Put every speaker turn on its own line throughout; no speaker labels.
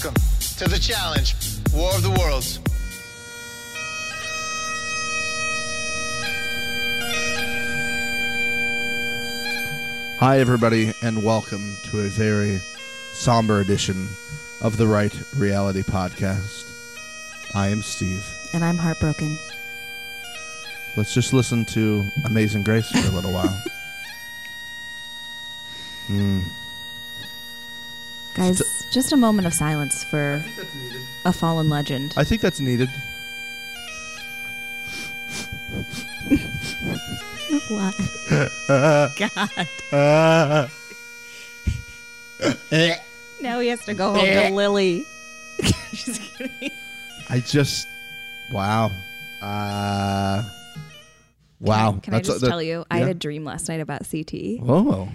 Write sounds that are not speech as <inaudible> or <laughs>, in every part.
to the challenge War of the Worlds.
Hi, everybody, and welcome to a very somber edition of the Right Reality Podcast. I am Steve.
and I'm heartbroken.
Let's just listen to Amazing Grace for a little while.
Guys, just a moment of silence for a fallen legend.
<laughs> <laughs> I think that's needed.
Why?
<laughs>
God. Now he has to go home
Eh.
to Lily. <laughs> Just kidding.
I just. Wow. Uh. Wow.
Can I just
that-
tell you? I had
yeah.
a dream last night about E. CT.
Whoa.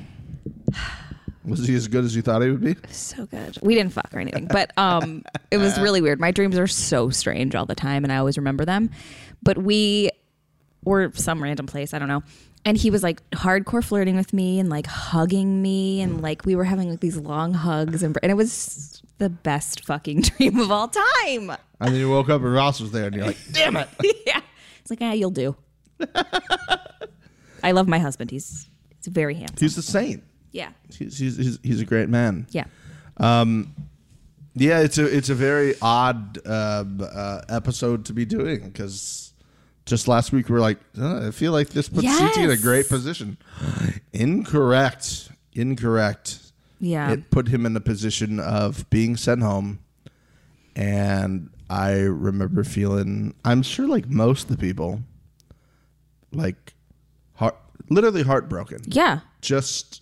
<sighs> Was he as good as you thought he would be?
So good. We didn't fuck or anything, but um,
<laughs>
it was really weird. My dreams are so strange all the time, and I always remember them. But we were some random place, I don't know. And he was like hardcore flirting with me and like hugging me,
Mm.
and like we were having like these long hugs, and, and it was the best fucking <laughs> dream of all time.
And then you woke up and Ross was there, and you're like, "Damn it!"
<laughs> yeah, it's like ah, you'll do.
<laughs>
I love my husband. He's he's very handsome.
He's the saint.
Yeah,
He's he's he's, he's a great man.
yeah.
Yeah, it's a it's a very odd um, uh, episode to be doing because just last week we were like, "Uh, I feel like this puts CT in a
Yes.
great position. Incorrect, incorrect.
Yeah.
It put him in the position of being sent home, and I remember feeling. I'm sure, like most of the people, like heart, literally heartbroken
Yeah.
just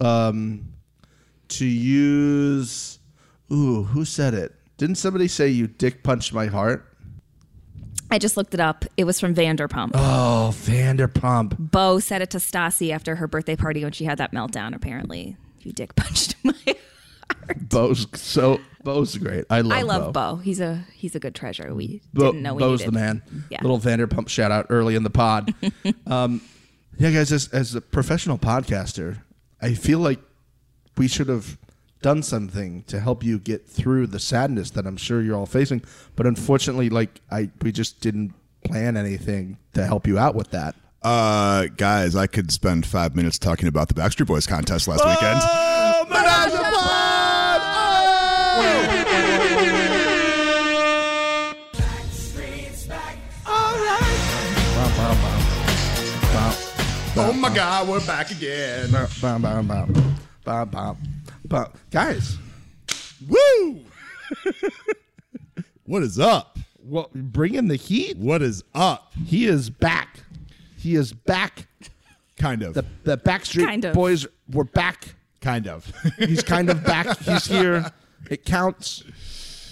um to use ooh who said it didn't somebody say you dick punched my heart
I just looked it up. It was from Vanderpump.
oh vanderpump
Bo said it to Stassi after her birthday party when she had that meltdown. Apparently, you dick punched <laughs> my.
bo's so bo's great i love
I love
bo,
Bo. He's a he's a good treasure. We
Bo-
didn't know we
bo's
needed.
the man
Yeah.
little vanderpump shout out early in the
<laughs>
pod um yeah guys as, as a professional podcaster i feel like we should have done something to help you get through the sadness that I'm sure you're all facing. But unfortunately, like I, we just didn't plan anything to help you out with that.
Uh, guys, I could spend five minutes talking about the Backstreet Boys contest last weekend.
Oh, Menage a Pod!
Oh my God, we're back again.
Bum, bum, bum. Bum, bum, bum. Guys,
Woo! what is up?
well, bring in the heat.
What is up?
He is back. He is back.
Kind of.
The, the Backstreet
Kind of.
Boys were back. <laughs>
kind of.
He's kind of
<laughs>
back. He's here. It counts.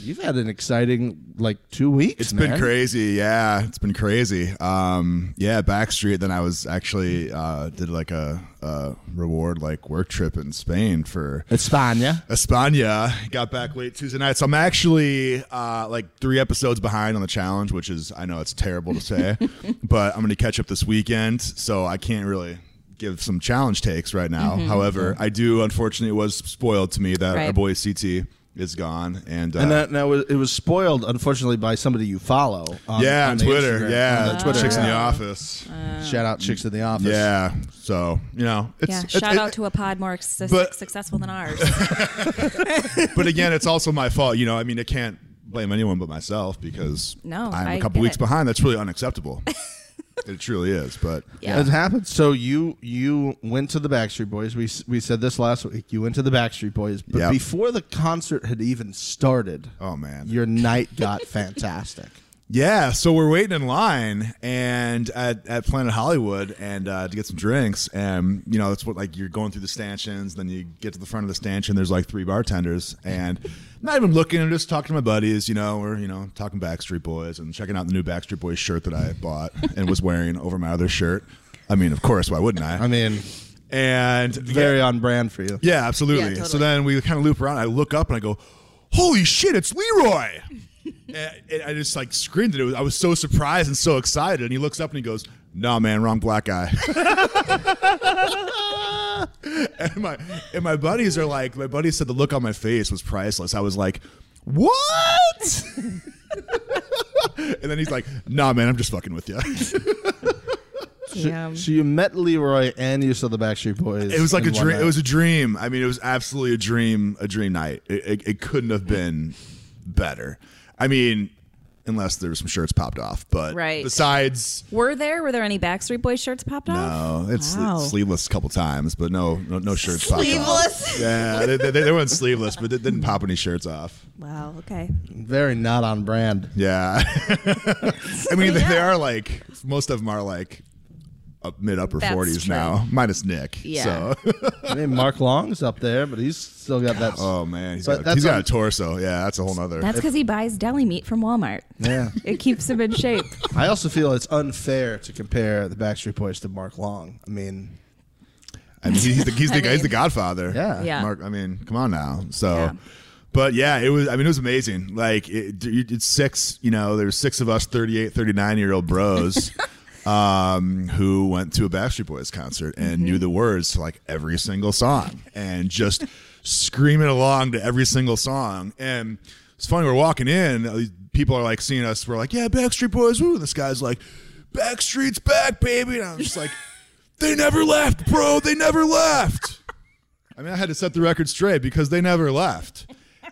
You've had an exciting like two weeks.
It's
man.
been crazy, yeah. It's been crazy. Um, yeah, Backstreet. Then I was actually uh, did like a, a reward like work trip in Spain for
It's fine, yeah.
Espana. Got back late Tuesday night, so I'm actually uh, like three episodes behind on the challenge, which is I know it's terrible
<laughs>
to say, but I'm going to catch up this weekend, so I can't really give some challenge takes right now. However, I do unfortunately it was spoiled to me that
Mm-hmm, Right.
our boy CT is gone, and, uh,
And that now it was spoiled, unfortunately, by somebody you follow. On,
yeah,
on
on
the
Twitter,
Instagram.
yeah,
on the Twitter.
chicks in the
yeah. Uh,
office,
Shout out chicks in the office.
yeah. So you know, it's,
yeah,
it's-
shout
it-
out to a pod more su-
but-
successful than
<laughs>
ours.
but again, it's also my fault. You know, I mean, I can't blame anyone but myself because
No,
I'm
I
a couple
get
weeks
it.
behind. That's really
<laughs>
unacceptable. it truly is. But
Yeah.
It happened. So you you went to the Backstreet Boys. We s- we said this last week. You went to the Backstreet Boys, but
Yep.
before the concert had even started,
oh man,
your night got <laughs> fantastic.
yeah. So we're waiting in line and at, at Planet Hollywood and uh, to get some drinks. And you know, that's what like you're going through the stanchions. Then you get to the front of the stanchion. There's like three bartenders and not even looking. I'm just talking to my buddies. You know, we're you know talking Backstreet Boys and checking out the new Backstreet Boys shirt that I bought and was wearing over my other shirt. I mean, of course, why wouldn't I?
I mean,
and
very on brand for you.
Yeah, absolutely.
Yeah, totally.
So then we kind of loop around. I look up and I go, "Holy shit, it's Leroy!"
<laughs>
and, and I just like screamed at it. I was so surprised and so excited. And he looks up and he goes, "Nah, man, wrong black guy." <laughs> and my and my buddies are like, my buddy said the look on my face was priceless. I was like, What? <laughs> and then he's like, Nah, man, I'm just fucking with you.
Yeah. um,
So you met Leroy and you saw the Backstreet Boys.
It was like
in
a
one
dream. It
night.
was a dream. I mean, it was absolutely a dream. A dream night. It, it, it couldn't have been better. I mean, unless there were some shirts popped off, but
Right.
besides,
Were there were there any Backstreet Boys shirts popped off?
no, Oh, it's
Wow.
sleeveless a couple times, but no, no, no shirts. popped off.
Sleeveless?
Yeah, they, they, they weren't sleeveless, but they didn't pop any shirts off.
Wow. Okay.
very not on brand.
Yeah, <laughs> I mean, they, they
Yeah.
are like most of them are like up, mid upper
That's
forties
true.
now, minus Nick.
Yeah.
So,
I mean, Mark Long's up there, but he's still got that.
<laughs> oh man, he's
But
got, a-
that's
he's got
on-
a torso. Yeah, that's a whole nother.
That's because he buys deli meat from Walmart.
Yeah.
It keeps him in shape.
I also feel it's unfair to compare the Backstreet Boys to Mark Long. I mean,
I mean, he's the he's
<laughs>
the,
I
he's the
mean-
Godfather.
Yeah.
Yeah.
Mark. I mean, come on now. So,
Yeah.
but yeah, it was. I mean, it was amazing. Like it, it- it's six. You know, there's six of us, 38, 39 year
<laughs>
old bros. Um, who went to a Backstreet Boys concert and knew
Mm-hmm.
the words to like every single song and just screaming along to every single song. And it's funny, we're walking in, uh, these people are like seeing us, we're like, Yeah, Backstreet Boys, woo. And this guy's like, Backstreet's back, baby. And I'm just like, they never left, bro. They never left. I mean, I had to set the record straight because they never left.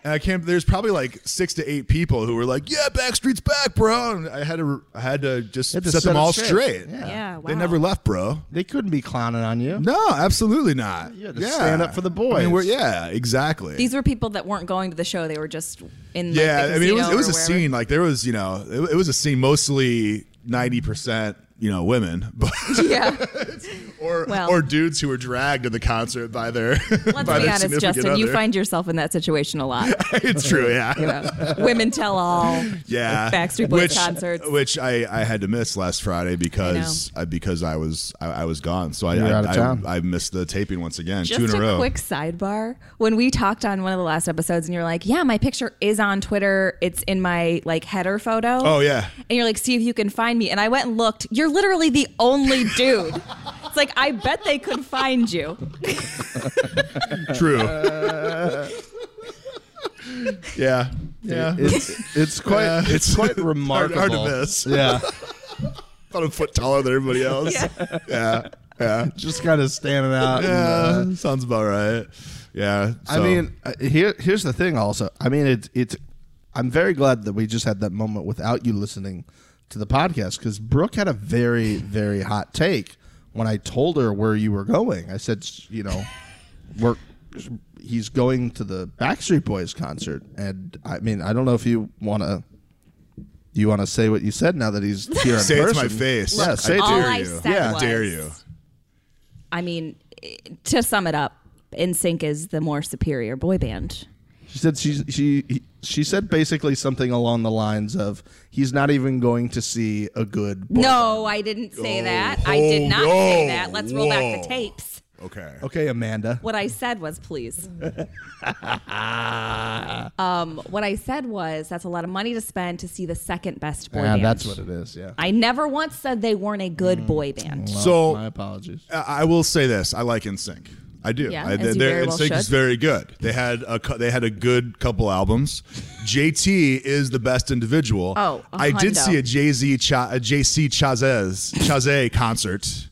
And I can't. There's probably like six to eight people who were like, "Yeah, Backstreet's back, bro." And I had to, I had to just
Had to
set,
set
them
it
all straight.
straight. Yeah.
Yeah.
They
wow.
never left, bro.
they couldn't be clowning on you.
No, absolutely not.
You had to stand up for the
I mean, we're,
boys.
yeah, exactly.
These were people that weren't going to the show. They were just in.
yeah,
Like, the
I mean,
casino
it was it was
or
a
wherever.
scene. Like there was, you know, it, it was a scene mostly ninety percent, you know, women, <laughs> but
<laughs> Yeah.
or
Well-
or dudes who were dragged to the concert by their.
Let's
<laughs> by
be
their
honest,
significant
Justin. You
other.
find yourself in that situation a lot.
<laughs> it's true, yeah.
You know? Women tell all.
<laughs> yeah
Backstreet Boys concerts.
which I, I had to miss last Friday because I because I was I, I was gone, so I
You were
I,
out of
I-
town.
I, missed the taping once again,
Just
two in
a,
a, row.
quick sidebar. When we talked on one of the last episodes, and you were like, "Yeah, my picture is on Twitter. It's in my like header photo."
oh yeah,
And you're like, "See if you can find me." And I went and looked. You're literally the
<laughs>
only dude. it's like I bet they could find you. <laughs>
true. yeah, yeah.
It's
<laughs>
it's quite
Yeah.
it's quite
Hard- hard
remarkable.
to miss. <laughs>
Yeah,
About a foot taller than everybody else.
<laughs> Yeah.
just kind of standing out. and, uh,
Yeah, sounds about right. Yeah,
I
so-
mean, uh, here here's the thing. Also, I mean, it's it's. I'm very glad that we just had that moment without you listening to the podcast because Brooke had a very very hot take when I told her where you were going. I said, s- you know, we're he's going to the Backstreet Boys concert, and I mean, I don't know if you want to. You want to say what you said now that
<laughs>
he's here in
Say it to
person?
my face.
Yeah, say it
I
to
All
dare
your
I
you.
said
yeah,
was-
dare you.
I mean, i- to sum it up, NSYNC is the more superior boy band.
She said she she she said basically something along the lines of he's not even going to see a good boy
No, I didn't say
Oh,
that. I did
oh,
not say
no.
that. Let's roll back
Whoa.
the tapes.
Okay.
band. Okay, Amanda.
What I said was, please. um, what I said was, that's a lot of money to spend to see the second best boy
Yeah,
band.
that's what it is. Yeah.
I never once said they weren't a good boy
Mm.
band.
So
my apologies.
I I will say this: I like NSYNC. I do.
Yeah,
I,
as you very well
NSYNC is
should.
very good. They had a cou- they had a good couple albums. JT is the best individual.
Oh, a
I did
hundo.
see a Jay Z Cha- a JC Chazez Chazé concert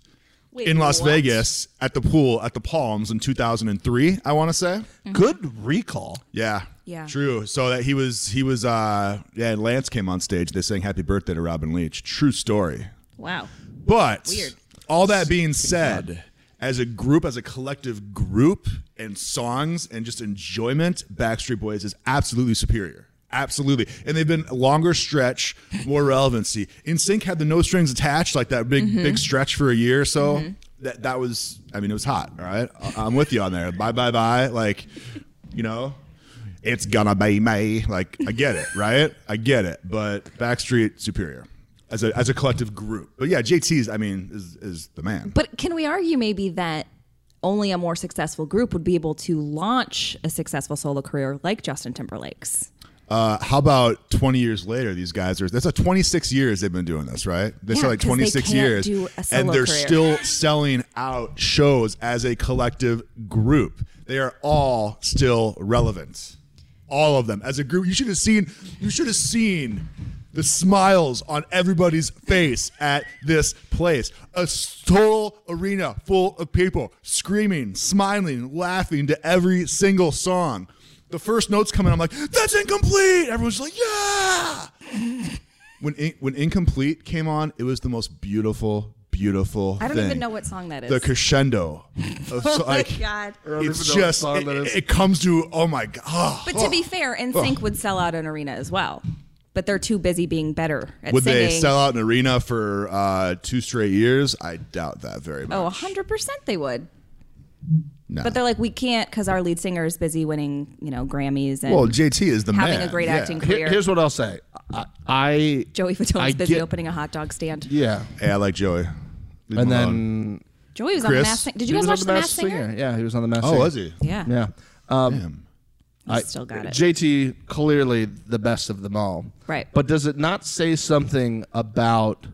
Wait,
in Las
what?
Vegas at the pool at the Palms in 2003. I want to say.
Good recall.
Yeah.
Mm-hmm. Yeah.
True. So that he was he was uh yeah Lance came on stage. They sang Happy Birthday to Robin Leach. True story.
Wow.
But
Weird.
all that being said, as a group, as a collective group, and songs and just enjoyment, Backstreet Boys is absolutely superior. Absolutely. And they've been a longer stretch, more relevancy. In Sync had the no strings attached, like that big, big stretch for a year or so. That that was I mean, it was hot, all right? I- I'm with you on there. Bye bye bye. Like, you know. It's gonna be me. Like I get it, right? I get it, but Backstreet superior as a as a collective group. But yeah, JT's I mean is is the man.
But can we argue maybe that only a more successful group would be able to launch a successful solo career like Justin Timberlake's?
Uh, how about 20 years later these guys are that's a 26 years they've been doing this, right? They
Yeah,
said like
'cause they
26
can't
years
do a
and
solo
they're
career.
still selling out shows as a collective group. They are all still relevant. all of them as a group. You should have seen. You should have seen the smiles on everybody's face at this place. A s- total arena full of people screaming, smiling, laughing to every single song. The first notes come in, I'm like, "That's incomplete." Everyone's like, "Yeah." When in, when incomplete came on, it was the most beautiful, beautiful.
I don't
thing.
even know what song that is. Oh
The
<laughs>
crescendo. Of, so-
my
like,
God. I
don't
It's
even know what
just
song
it,
that is.
it comes to oh my god.
But
Oh.
to be fair, NSYNC would sell out an arena as well. But they're too busy being better at
Would
singing.
they sell out an arena for uh, two straight years? I doubt that very much.
Oh, 100% they would.
no.
But they're like, we can't because our lead singer is busy winning, you know, Grammys and
well, JT is the
having
man.
a great
Yeah.
acting
Here-
career.
here's what I'll say. I, I
Joey
I
Fatone's busy
get-
opening a hot dog stand.
Yeah,
Hey, I like Joey. Leave him
and
alone.
then
Joey was on
Chris?
the Mass Singer. Did
he
you guys
was
watch
on
the Mass Singer?
Yeah, he was on the Mass
oh,
Singer.
was he?
Yeah.
Yeah. Um,
Damn.
I still got it.
JT clearly the best of them all.
Right.
But does it not say something about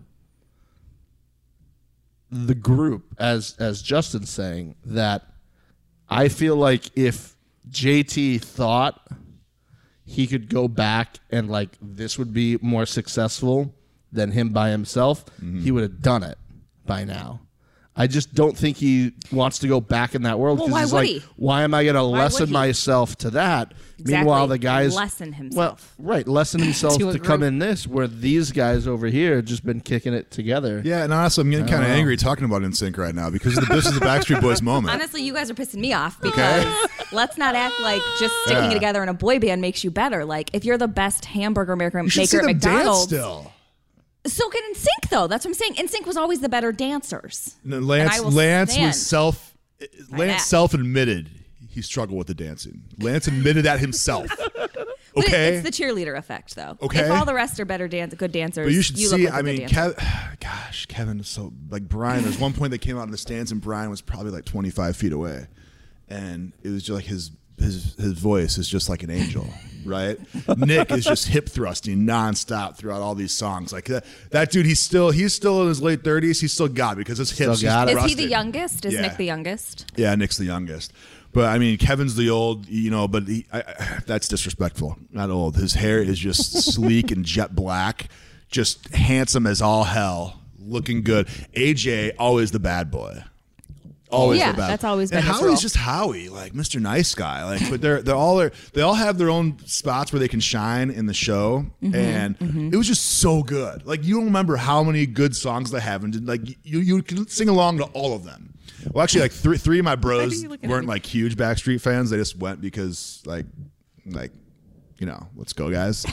the group as as Justin's saying that I feel like if JT thought he could go back and like this would be more successful than him by himself, he would have done it by now. I just don't think he wants to go back in that world
Well,
'cause
why
he's
would
like,
he?
why am I going to lessen
he?
myself to that? Meanwhile, the guys
Lessen himself.
Well, right,
<laughs>
lessen himself
To
to,
a
come
group.
in this where these guys over here have just been kicking it together.
Yeah, and honestly, I'm getting kind of angry talking about NSYNC right now because of the, this is the
<laughs>
Backstreet Boys moment.
Honestly, you guys are pissing me off because let's not act like just sticking
Yeah.
together in a boy band makes you better. Like if you're the best hamburger maker,
you should
maker
see
at
them dance
McDonald's,
still.
so can NSYNC though. That's what I'm saying. NSYNC was always the better dancers.
No,
I
Lance
will
Lance
stand
was self Lance
that.
self admitted he struggled with the dancing. Lance admitted that himself.
<laughs> But it-
okay.
it's the cheerleader effect though.
Okay.
if all the rest are better dance, good dancers.
But you should
look
see.
like a
I
good
mean,
dancer.
Kev, <sighs> gosh, Kevin is so like Brian. There's one point they came out in the stands, and Brian was probably like 25 feet away, and it was just like his his his voice is just like an angel, right? Nick is just hip thrusting nonstop throughout all these songs. Like that, that dude, he's still he's still in his late 30s. He's still got it because his hips. he's
got it.
is he
thrusting.
the youngest? Is
Yeah.
Nick the youngest?
Yeah, Nick's the youngest. But I mean, Kevin's the old, you know. But he, I, I, that's disrespectful. Not old. His hair
<laughs>
is just sleek and jet black, just handsome as all hell, looking good. AJ always the bad boy. Always
Yeah,
the bad.
that's always been
and
his
Howie's
role.
just Howie, like Mr. Nice Guy. Like, but they're they're all they all have their own spots where they can shine in the show,
Mm-hmm,
and it was just so good. Like you don't remember how many good songs they have, and like you you can sing along to all of them. Well, actually, like three three of my bros
you looking at
weren't
me?
like huge Backstreet fans. They just went because like like you know, let's
<laughs>
go, guys.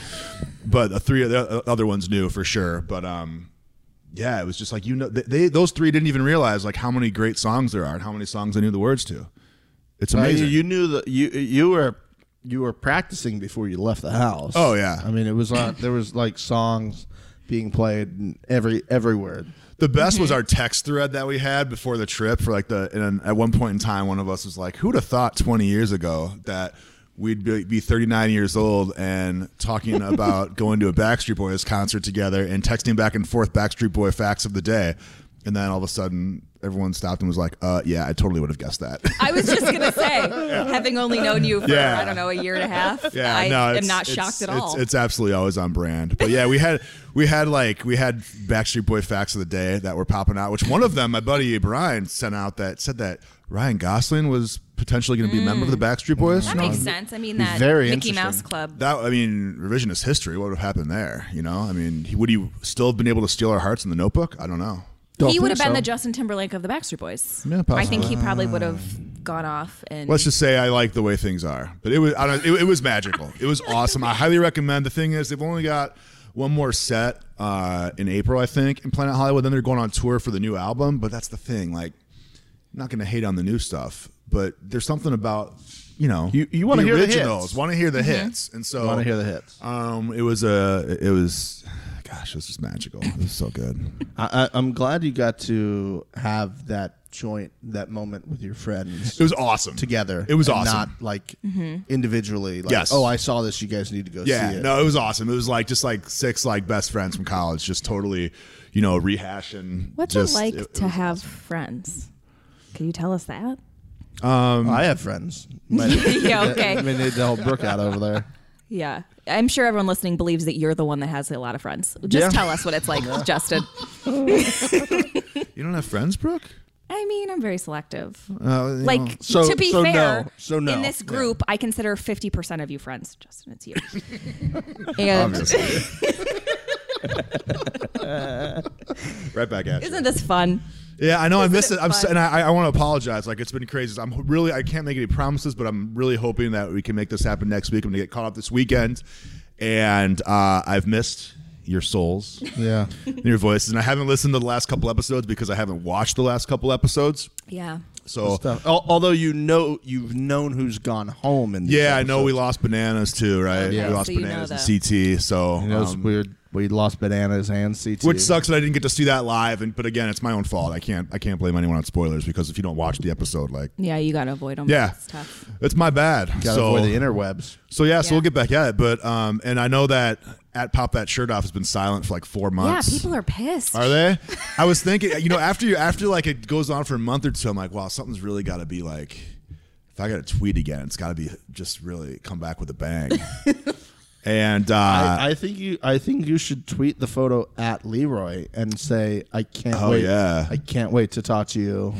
but the three of the other ones knew for sure. But um, yeah, it was just like you know, they, they those three didn't even realize like how many great songs there are and how many songs they knew the words to. It's
Uh, you,
amazing.
you knew that you you were you were practicing before you left the house.
Oh, yeah.
I mean, it was on, there was like songs being played in every every word.
The best
<laughs>
was our text thread that we had before the trip for like the and at one point in time one of us was like, Who'd have thought twenty years ago that we'd be, be thirty nine years old and
<laughs>
talking about going to a Backstreet Boys concert together and texting back and forth Backstreet Boy facts of the day. And then all of a sudden everyone stopped and was like, Uh yeah, I totally would have guessed that. <laughs>
I was just gonna say, having only known you for
Yeah.
I don't know a year and a half,
Yeah,
I
no,
am
it's-
not
it's-
shocked at
it's-
all.
It's, absolutely always on brand. But yeah, we had <laughs> we had like we had Backstreet Boy facts of the day that were popping out. Which one of them, my buddy Brian sent out that said that Ryan Gosling was potentially going to be a member of the Backstreet Boys.
Mm. that makes sense. I mean,
He's
that
very
Mickey
interesting.
Mouse Club.
That I mean, revisionist history. What would have happened there? You know, I mean, he, would he still have been able to steal our hearts in the Notebook? I don't know.
Don't
he would have
think
been
so.
the Justin Timberlake of the Backstreet Boys.
Yeah,
I think
possibly.
he probably would have gone off and
Let's just say I like the way things are, but it was I don't, it, it was magical. It was awesome. I highly recommend. The thing is, they've only got one more set uh, in April, I think, in Planet Hollywood. Then they're going on tour for the new album. But that's the thing. Like, I'm not going to hate on the new stuff, but there's something about you know
You- you wanna
the
hear the
originals.
hits.
Want to hear the hits, and so
Wanna hear the hits.
Um, it was a it was, gosh, it was just magical. It was so good.
<laughs> I, I, I'm glad you got to have that joint that moment with your friends.
It was awesome
together.
It was
and
awesome.
Not like
Mm-hmm.
individually. Like,
Yes.
Oh, I saw this. You guys need to go
Yeah,
see it.
no, it was awesome. It was like just like six like best friends from college, just totally, you know, rehashing.
What's
just,
it like
it-
to have friends? Can you tell us that?
um,
I have friends. But,
<laughs> yeah,
I
<laughs>
okay.
mean, they- the whole brook out over there.
Yeah. I'm sure everyone listening believes that you're the one that has a lot of friends. Just
Yeah.
tell us what it's
<laughs>
like, Justin.
You don't have friends, Brooke?
I mean, I'm very selective.
Uh, you know,
Like
So-
to be
so
fair,
no. So no.
in this group, I consider 50% of you friends. Justin,
<laughs>
it's you. and
<laughs> obviously. right back at you.
isn't this fun?
Yeah, I know. I miss
it
it. I'm so,
fun?
and I, I want to apologize. Like it's been crazy. I'm really I can't make any promises, but I'm really hoping that we can make this happen next week. I'm gonna get caught up this weekend, and uh, I've missed
<laughs>
your souls
Yeah.
and your voices, and I haven't listened to the last couple episodes because I haven't watched the last couple episodes.
Yeah.
So
Stuff. Al- Although you know, you've known who's gone home. And
yeah, I know we lost bananas too, right?
Yeah.
We lost
So you know
bananas
that.
and CT. So
It was
um,
weird. We lost bananas and CT.
Which sucks that I didn't get to see that live, and but again, it's my own fault. I can't I can't blame anyone on spoilers because if you don't watch the episode, like
Yeah, you got to avoid them.
yeah,
It's tough.
it's my bad.
Gotta
so
avoid the interwebs.
so yeah,
Yeah.
so we'll get back at it. But um, and I know that at pop that shirt off has been silent for like four
Yeah,
months.
people are pissed.
Are they? I was thinking, you know, after you after like it goes on for a month or two, I'm like, wow, something's really got to be like. If I got to tweet again, it's got to be just really come back with
<laughs>
a bang. and uh,
I, I think you. I think you should tweet the photo at Leroy and say, "I can't
Oh,
wait.
yeah.
I can't wait to talk to you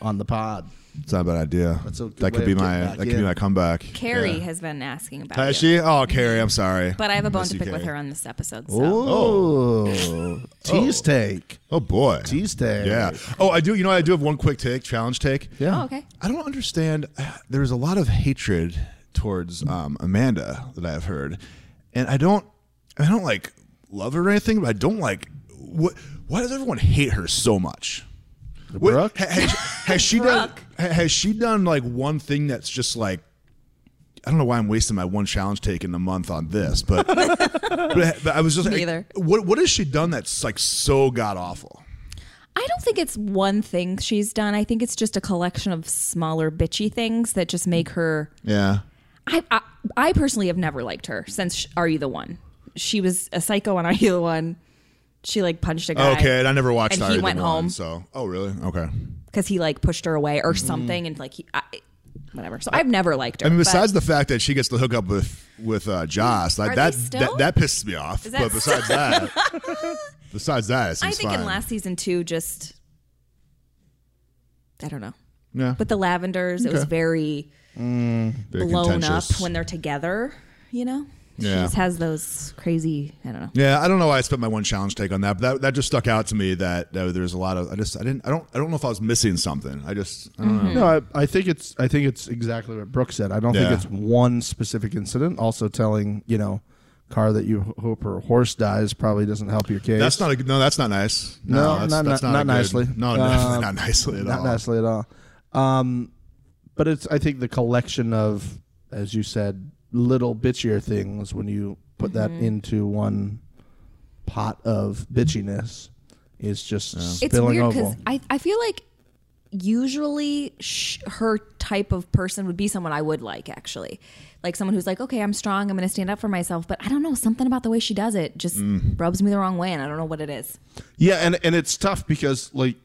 on the pod."
it's not a bad idea.
That's a good
that could
way
be
of getting
my
back
that could
in.
be my comeback.
Carrie
Yeah.
has been asking about
Has
you.
she? Oh, Carrie, I'm sorry.
But I have a bone
Miss
to
you,
pick with
Carrie.
her on this episode. So.
Oh, tease take,
Oh boy.
tease take.
Yeah. Oh, I do. You know, I do have one quick take, challenge take.
yeah.
Oh, okay.
I don't understand. <sighs> There's a lot of hatred towards um, Amanda that I've heard, and I don't. I don't like love her or anything, but I don't like. What? Why does everyone hate her so much? What-
Brooke?
ha- has, has she done?
Brooke.
ha- Has she done like one thing that's just like? I don't know why I'm wasting my one challenge take in a month on
<laughs>
this, but but, but I was just
Me
like,
either.
what what has she done that's like so god awful?
I don't think it's one thing she's done. I think it's just a collection of smaller bitchy things that just make her.
Yeah,
I I, I personally have never liked her since sh- Are You the One? She was a psycho on <laughs> Are You the One. She like punched a guy.
Okay, and I never watched.
And he
Sorry, the
went
One,
home.
So, oh really? Okay.
because he like pushed her away or something, and like he, I, whatever. So I've never liked her.
I mean,
but-
besides the fact that she gets to hook up with with uh, Joss,
Are
like that,
they still?
that that pisses me off.
Is that
but
<laughs>
besides that, besides that, it
I
seems
think in
fine.
last season two, just I don't know.
yeah,
But the lavenders, it was
Okay.
very
very
blown up
contentious.
when they're together. You know, she
Yeah.
just has those crazy. I don't know.
Yeah, I don't know why I spent my one challenge take on that, but that, that just stuck out to me that, that there's a lot of I just I didn't I don't I don't know if I was missing something. I just I don't
Mm-hmm. Hmm.
know.
No, I, I think it's I think it's exactly what Brooke said. I don't
Yeah.
think it's one specific incident. Also, telling you know, car that you h- hope her horse dies probably doesn't help your case.
That's not a good- no. That's not nice.
No,
that's,
not-
that's
not-
a
not
good-
nicely.
No, <laughs>
Um,
definitely not nicely at
not
all.
nicely at all. Um, but it's I think the collection of, as you said, little bitchier things when you put that
Mm-hmm.
into one pot of bitchiness is just
It's
spilling
weird because
over.
I, I feel like usually sh- her type of person would be someone I would like actually, like someone who's like, okay, I'm strong, I'm going to stand up for myself. But I don't know, something about the way she does it just
Mm.
rubs me the wrong way, and I don't know what it is.
Yeah, and and it's tough because like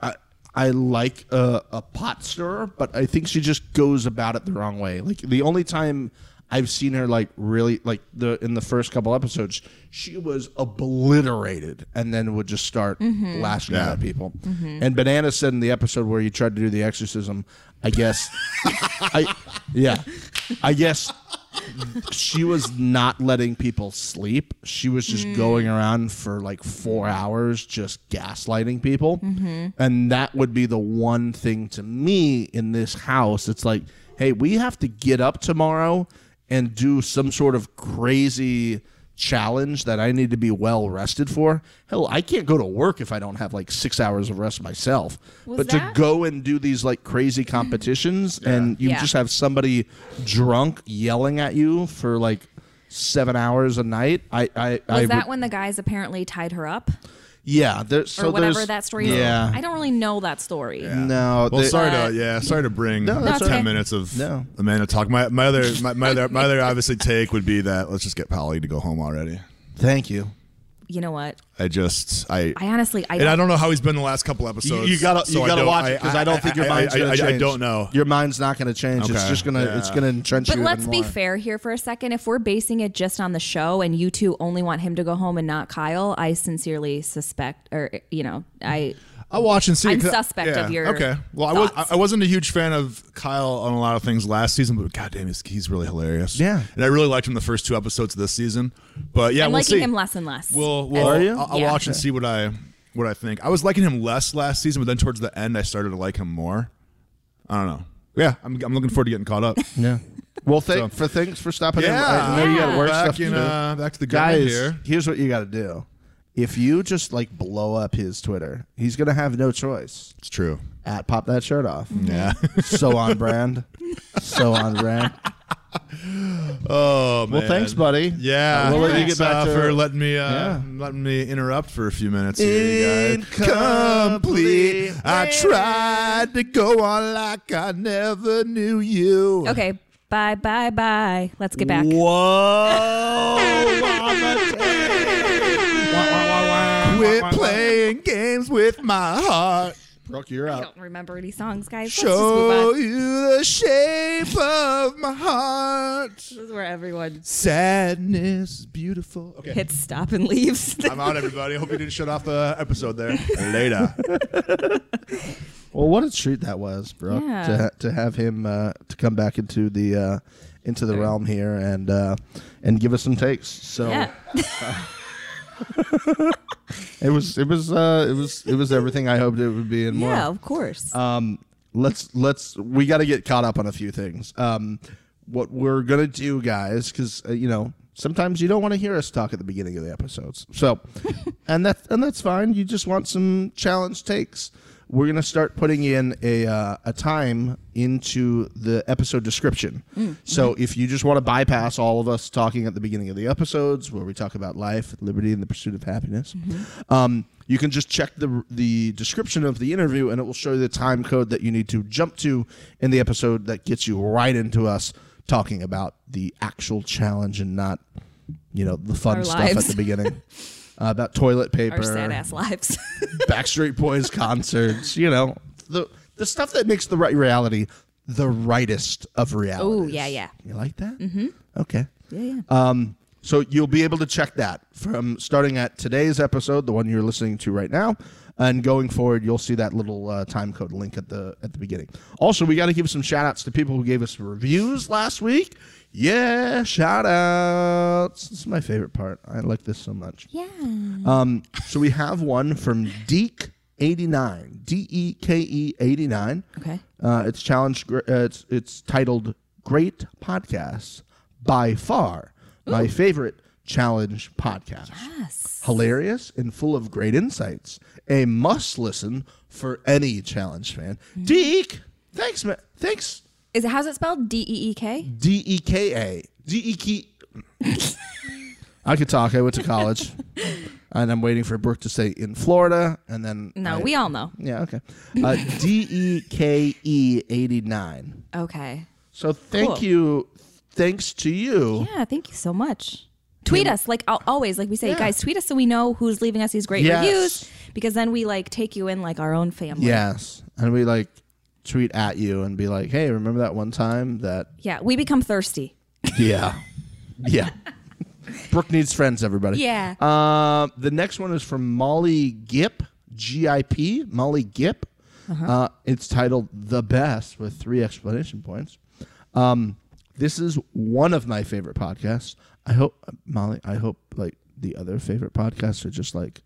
I I like a, a pot stirrer, but I think she just goes about it the wrong way. Like the only time I've seen her like really like the in the first couple episodes, she was obliterated and then would just start lashing out at people. And Banana said in the episode where he tried to do the exorcism, I guess <laughs> I yeah. I guess she was not letting people sleep. She was just
Mm.
going around for like four hours, just gaslighting people.
Mm-hmm.
And that would be the one thing to me in this house. It's like, hey, we have to get up tomorrow and do some sort of crazy challenge that I need to be well rested for. Hell, I can't go to work if I don't have like six hours of rest myself.
Was
but
that-
to go and do these like
<laughs>
crazy competitions and you
Yeah.
just have somebody drunk yelling at you for like seven hours a night. I, I,
Was
I
that when the guys apparently tied her up
yeah, there,
or
so
whatever
there's-
that story is?
Yeah,
I don't really know that story.
no,
Well,
they-
sorry
Uh,
to yeah, sorry to bring
that's
ten
okay.
minutes of
No.
Amanda talk. My my other my, my other my other obviously take would be that let's just get Polly to go home already.
thank you.
you know what?
I just I
I honestly, I,
and I
don't,
don't know how he's been the last couple episodes.
you gotta
so
you
I
gotta
don't-
watch it because I, don't think your mind's
I,
gonna
I,
change.
I don't know.
Your mind's not gonna change. It's
Okay.
just gonna it's
Yeah.
gonna entrench
but
you.
let's
even
be
more.
fair here for a second. If we're basing it just on the show and you two only want him to go home and not Kyle, I sincerely suspect, or, you know, I,
I'll watch and see.
I'm
'cause I-
suspect of your
Okay. Well, I was
thoughts.
I I wasn't a huge fan of Kyle on a lot of things last season, but goddamn, he's, he's really hilarious.
Yeah.
and I really liked him the first two episodes of this season. But yeah,
I'm
we'll
liking
see.
him less and less.
We'll, we'll
Are you?
I'll, I'll
Yeah.
watch and see what I what I think. I was liking him less last season, but then towards the end, I started to like him more. I don't know. Yeah, I'm, I'm looking forward to getting
<laughs>
caught up.
Yeah. Well, thank
So-
for thanks for stopping in.
yeah,
I know you got
Yeah.
work
back
stuff to
in,
do.
uh, back to the grind
Guys,
here.
here's what you got to do. If you just like blow up his Twitter, he's gonna have no choice.
It's true.
At pop that shirt off.
Mm-hmm.
Yeah.
<laughs> so on brand. So on brand.
Oh man.
Well, thanks, buddy.
Yeah,
Uh, we'll let you
thanks,
get back
uh,
to-
for letting me uh,
Yeah.
letting me interrupt for a few minutes. Here, you guys.
Incomplete.
Complete. I tried to go on like I never knew you.
okay. Bye, bye, bye. Let's get back.
Quit playing games with my heart.
Brooke, you're
I
out.
don't remember any songs, guys. Let's just move
Show
on.
you the shape of my heart.
This is where everyone
Sadness is beautiful. Okay.
<laughs> hits stop and leaves.
<laughs> I'm out, everybody. Hope you didn't shut off the episode there. Later.
Well, what a treat that was, Brooke,
Yeah.
to ha- to have him uh, to come back into the uh, into the realm here and uh, and give us some takes. So
<laughs> yeah.
it was it was uh, it was it was everything I hoped it would be and more.
yeah, of course.
um, let's let's we got to get caught up on a few things. Um, what we're gonna do, guys, because uh, you know sometimes you don't want to hear us talk at the beginning of the episodes. So, and that and that's fine. You just want some challenge takes. We're gonna start putting in a uh, a time into the episode description. So
Mm-hmm.
if you just want to bypass all of us talking at the beginning of the episodes where we talk about life, liberty, and the pursuit of happiness.
Mm-hmm.
Um, you can just check the the description of the interview and it will show you the time code that you need to jump to in the episode that gets you right into us talking about the actual challenge and not you know the fun
Our
stuff
lives.
at the
<laughs>
beginning uh, about toilet paper
Our sad ass lives. <laughs>
backstreet boys concerts you know the the stuff that makes the right reality the rightest of reality
Ooh, yeah, yeah.
you like that mm-hmm okay
yeah, yeah.
um, so you'll be able to check that from starting at today's episode, the one you're listening to right now, and going forward, you'll see that little uh, time code link at the at the beginning. Also, we got to give some shout outs to people who gave us reviews last week. Yeah, shout outs. This is my favorite part. I like this so much.
yeah.
Um, so we have one from Deke. 89 D E K E 89
Okay.
uh, it's challenge gr- uh, it's it's titled great podcasts by far my favorite challenge podcast
Yes.
hilarious and full of great insights a must listen for any challenge fan Deke thanks man thanks
Is it how's it spelled? D E E K.
D E K A D E K I could talk I went to
<laughs>
college and I'm waiting for Brooke to say in Florida and then
No,
I-
we all know.
yeah okay uh, D E K E 89
Okay.
So thank
Cool.
you. Thanks to you.
Yeah. Thank you so much. Tweet us like al- always, like we say,
Yeah.
guys. Tweet us so we know who's leaving us these great
Yes.
reviews because then we like take you in like our own family.
Yes. And we like tweet at you and be like, hey, remember that one time that.
Yeah. We become thirsty.
Yeah. yeah.
<laughs>
Brooke needs friends, everybody.
Yeah.
Uh, the next one is from Molly Gip, G I P, Molly Gip.
Uh-huh.
Uh, it's titled The Best with three explanation points. Um, this is one of my favorite podcasts. I hope, Molly, I hope like the other favorite podcasts are just like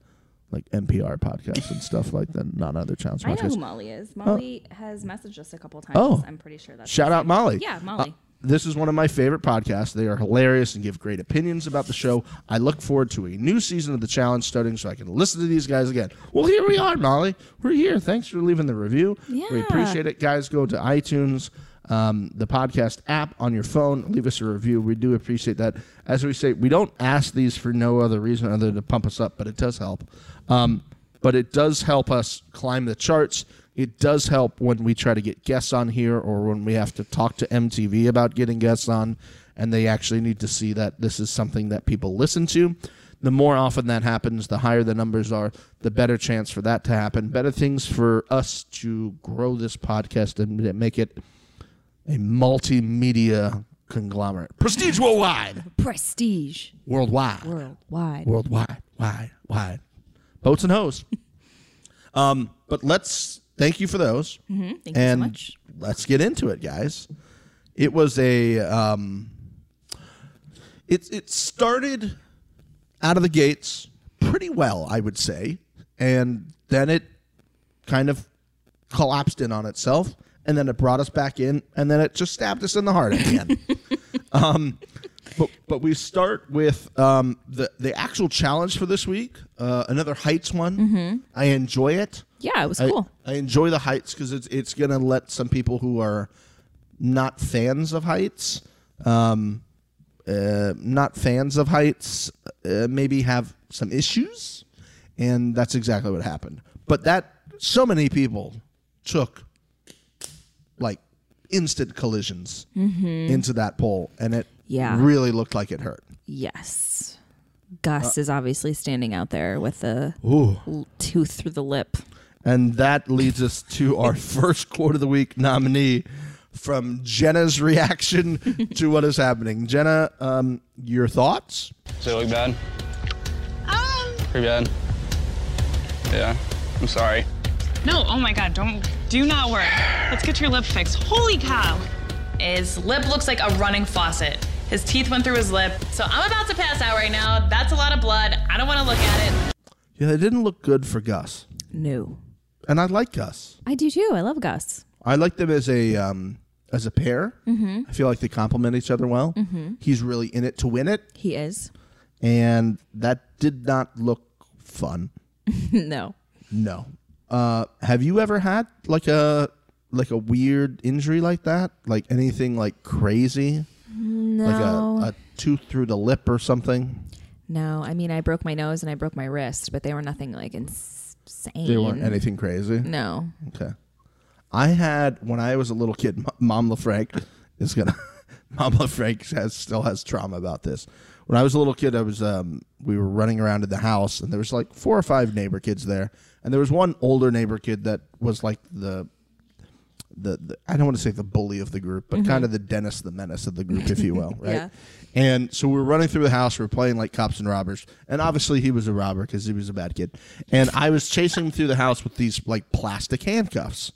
like NPR podcasts and stuff like the non other challenge
I know who
podcasts.
Molly is. Molly has messaged us a couple times.
Oh.
I'm pretty sure that's
Shout out Molly.
Yeah, Molly.
this is one of my favorite podcasts. They are hilarious and give great opinions about the show. I look forward to a new season of the challenge starting so I can listen to these guys again. Well, here we are, Molly. We're here. Thanks for leaving the review. We
Yeah.
appreciate it. Guys, go to iTunes, um, the podcast app on your phone. Leave us a review. We do appreciate that. As we say, we don't ask these for no other reason other than to pump us up, but it does help. Um, but it does help us climb the charts. It does help when we try to get guests on here or when we have to talk to MTV about getting guests on and they actually need to see that this is something that people listen to. the more often that happens, the higher the numbers are, the better chance for that to happen. Better things for us to grow this podcast and make it a multimedia conglomerate, prestige worldwide,
Prestige
worldwide,
worldwide.
worldwide, wide, wide, boats and hoes. <laughs> um, but let's thank you for those. Mm-hmm.
Thank you so
and
much.
Let's get into it, guys. It was a um, it it started out of the gates pretty well, I would say, and then it kind of collapsed in on itself, and then it brought us back in, and then it just stabbed us in the heart again.
<laughs>
um, but but we start with um, the the actual challenge for this week, uh, another heights one.
Mm-hmm.
I enjoy it.
Yeah, it was
I-
cool.
I, enjoy the heights because it's it's gonna let some people who are not fans of heights, um, uh, not fans of heights, uh, maybe have some issues, and that's exactly what happened. But that so many people took like instant collisions into that poll, and it
Mm-hmm. Yeah.
really looked like it hurt.
Yes. Gus is obviously standing out there with the l- tooth through the lip.
And that leads us to our <laughs> first quote of the week nominee from Jenna's <laughs> reaction to what is happening. Jenna, um, your thoughts?
Does it look bad?
Um,
Pretty bad. Yeah. I'm sorry.
No, oh my god, don't do not worry. Let's get your lip fixed. Holy cow. His lip looks like a running faucet. His teeth went through his lip. So I'm about to pass out right now. That's a lot of blood. I don't want to look at it.
Yeah, it didn't look good for Gus.
No.
And I like Gus.
I do too. I love Gus.
I like them as a um, as a pair. Mm-hmm. I feel like they complement each other well. Mm-hmm. He's really in it to win it,
He is.
and that did not look fun.
<laughs> no.
No. Uh, have you ever had like a like a weird injury like that? Like anything like crazy? No. Like uh, a, a tooth through the lip or something?
No. I mean, I broke my nose and I broke my wrist, but they were nothing like ins- insane.
They weren't anything crazy.
No.
Okay. I had when I was a little kid. M- Mom LaFranc <laughs> is gonna. Mom LaFranc has still has trauma about this. When I was a little kid, I was um, we were running around in the house, and there was like four or five neighbor kids there, and there was one older neighbor kid that was like the. The, the I don't want to say the bully of the group, but kind of the Dennis the Menace of the group, if <laughs> you will, right?
Yeah.
And so we were running through the house. We were playing like cops and robbers. And obviously, he was a robber because he was a bad kid. And I was chasing him through the house with these like plastic handcuffs.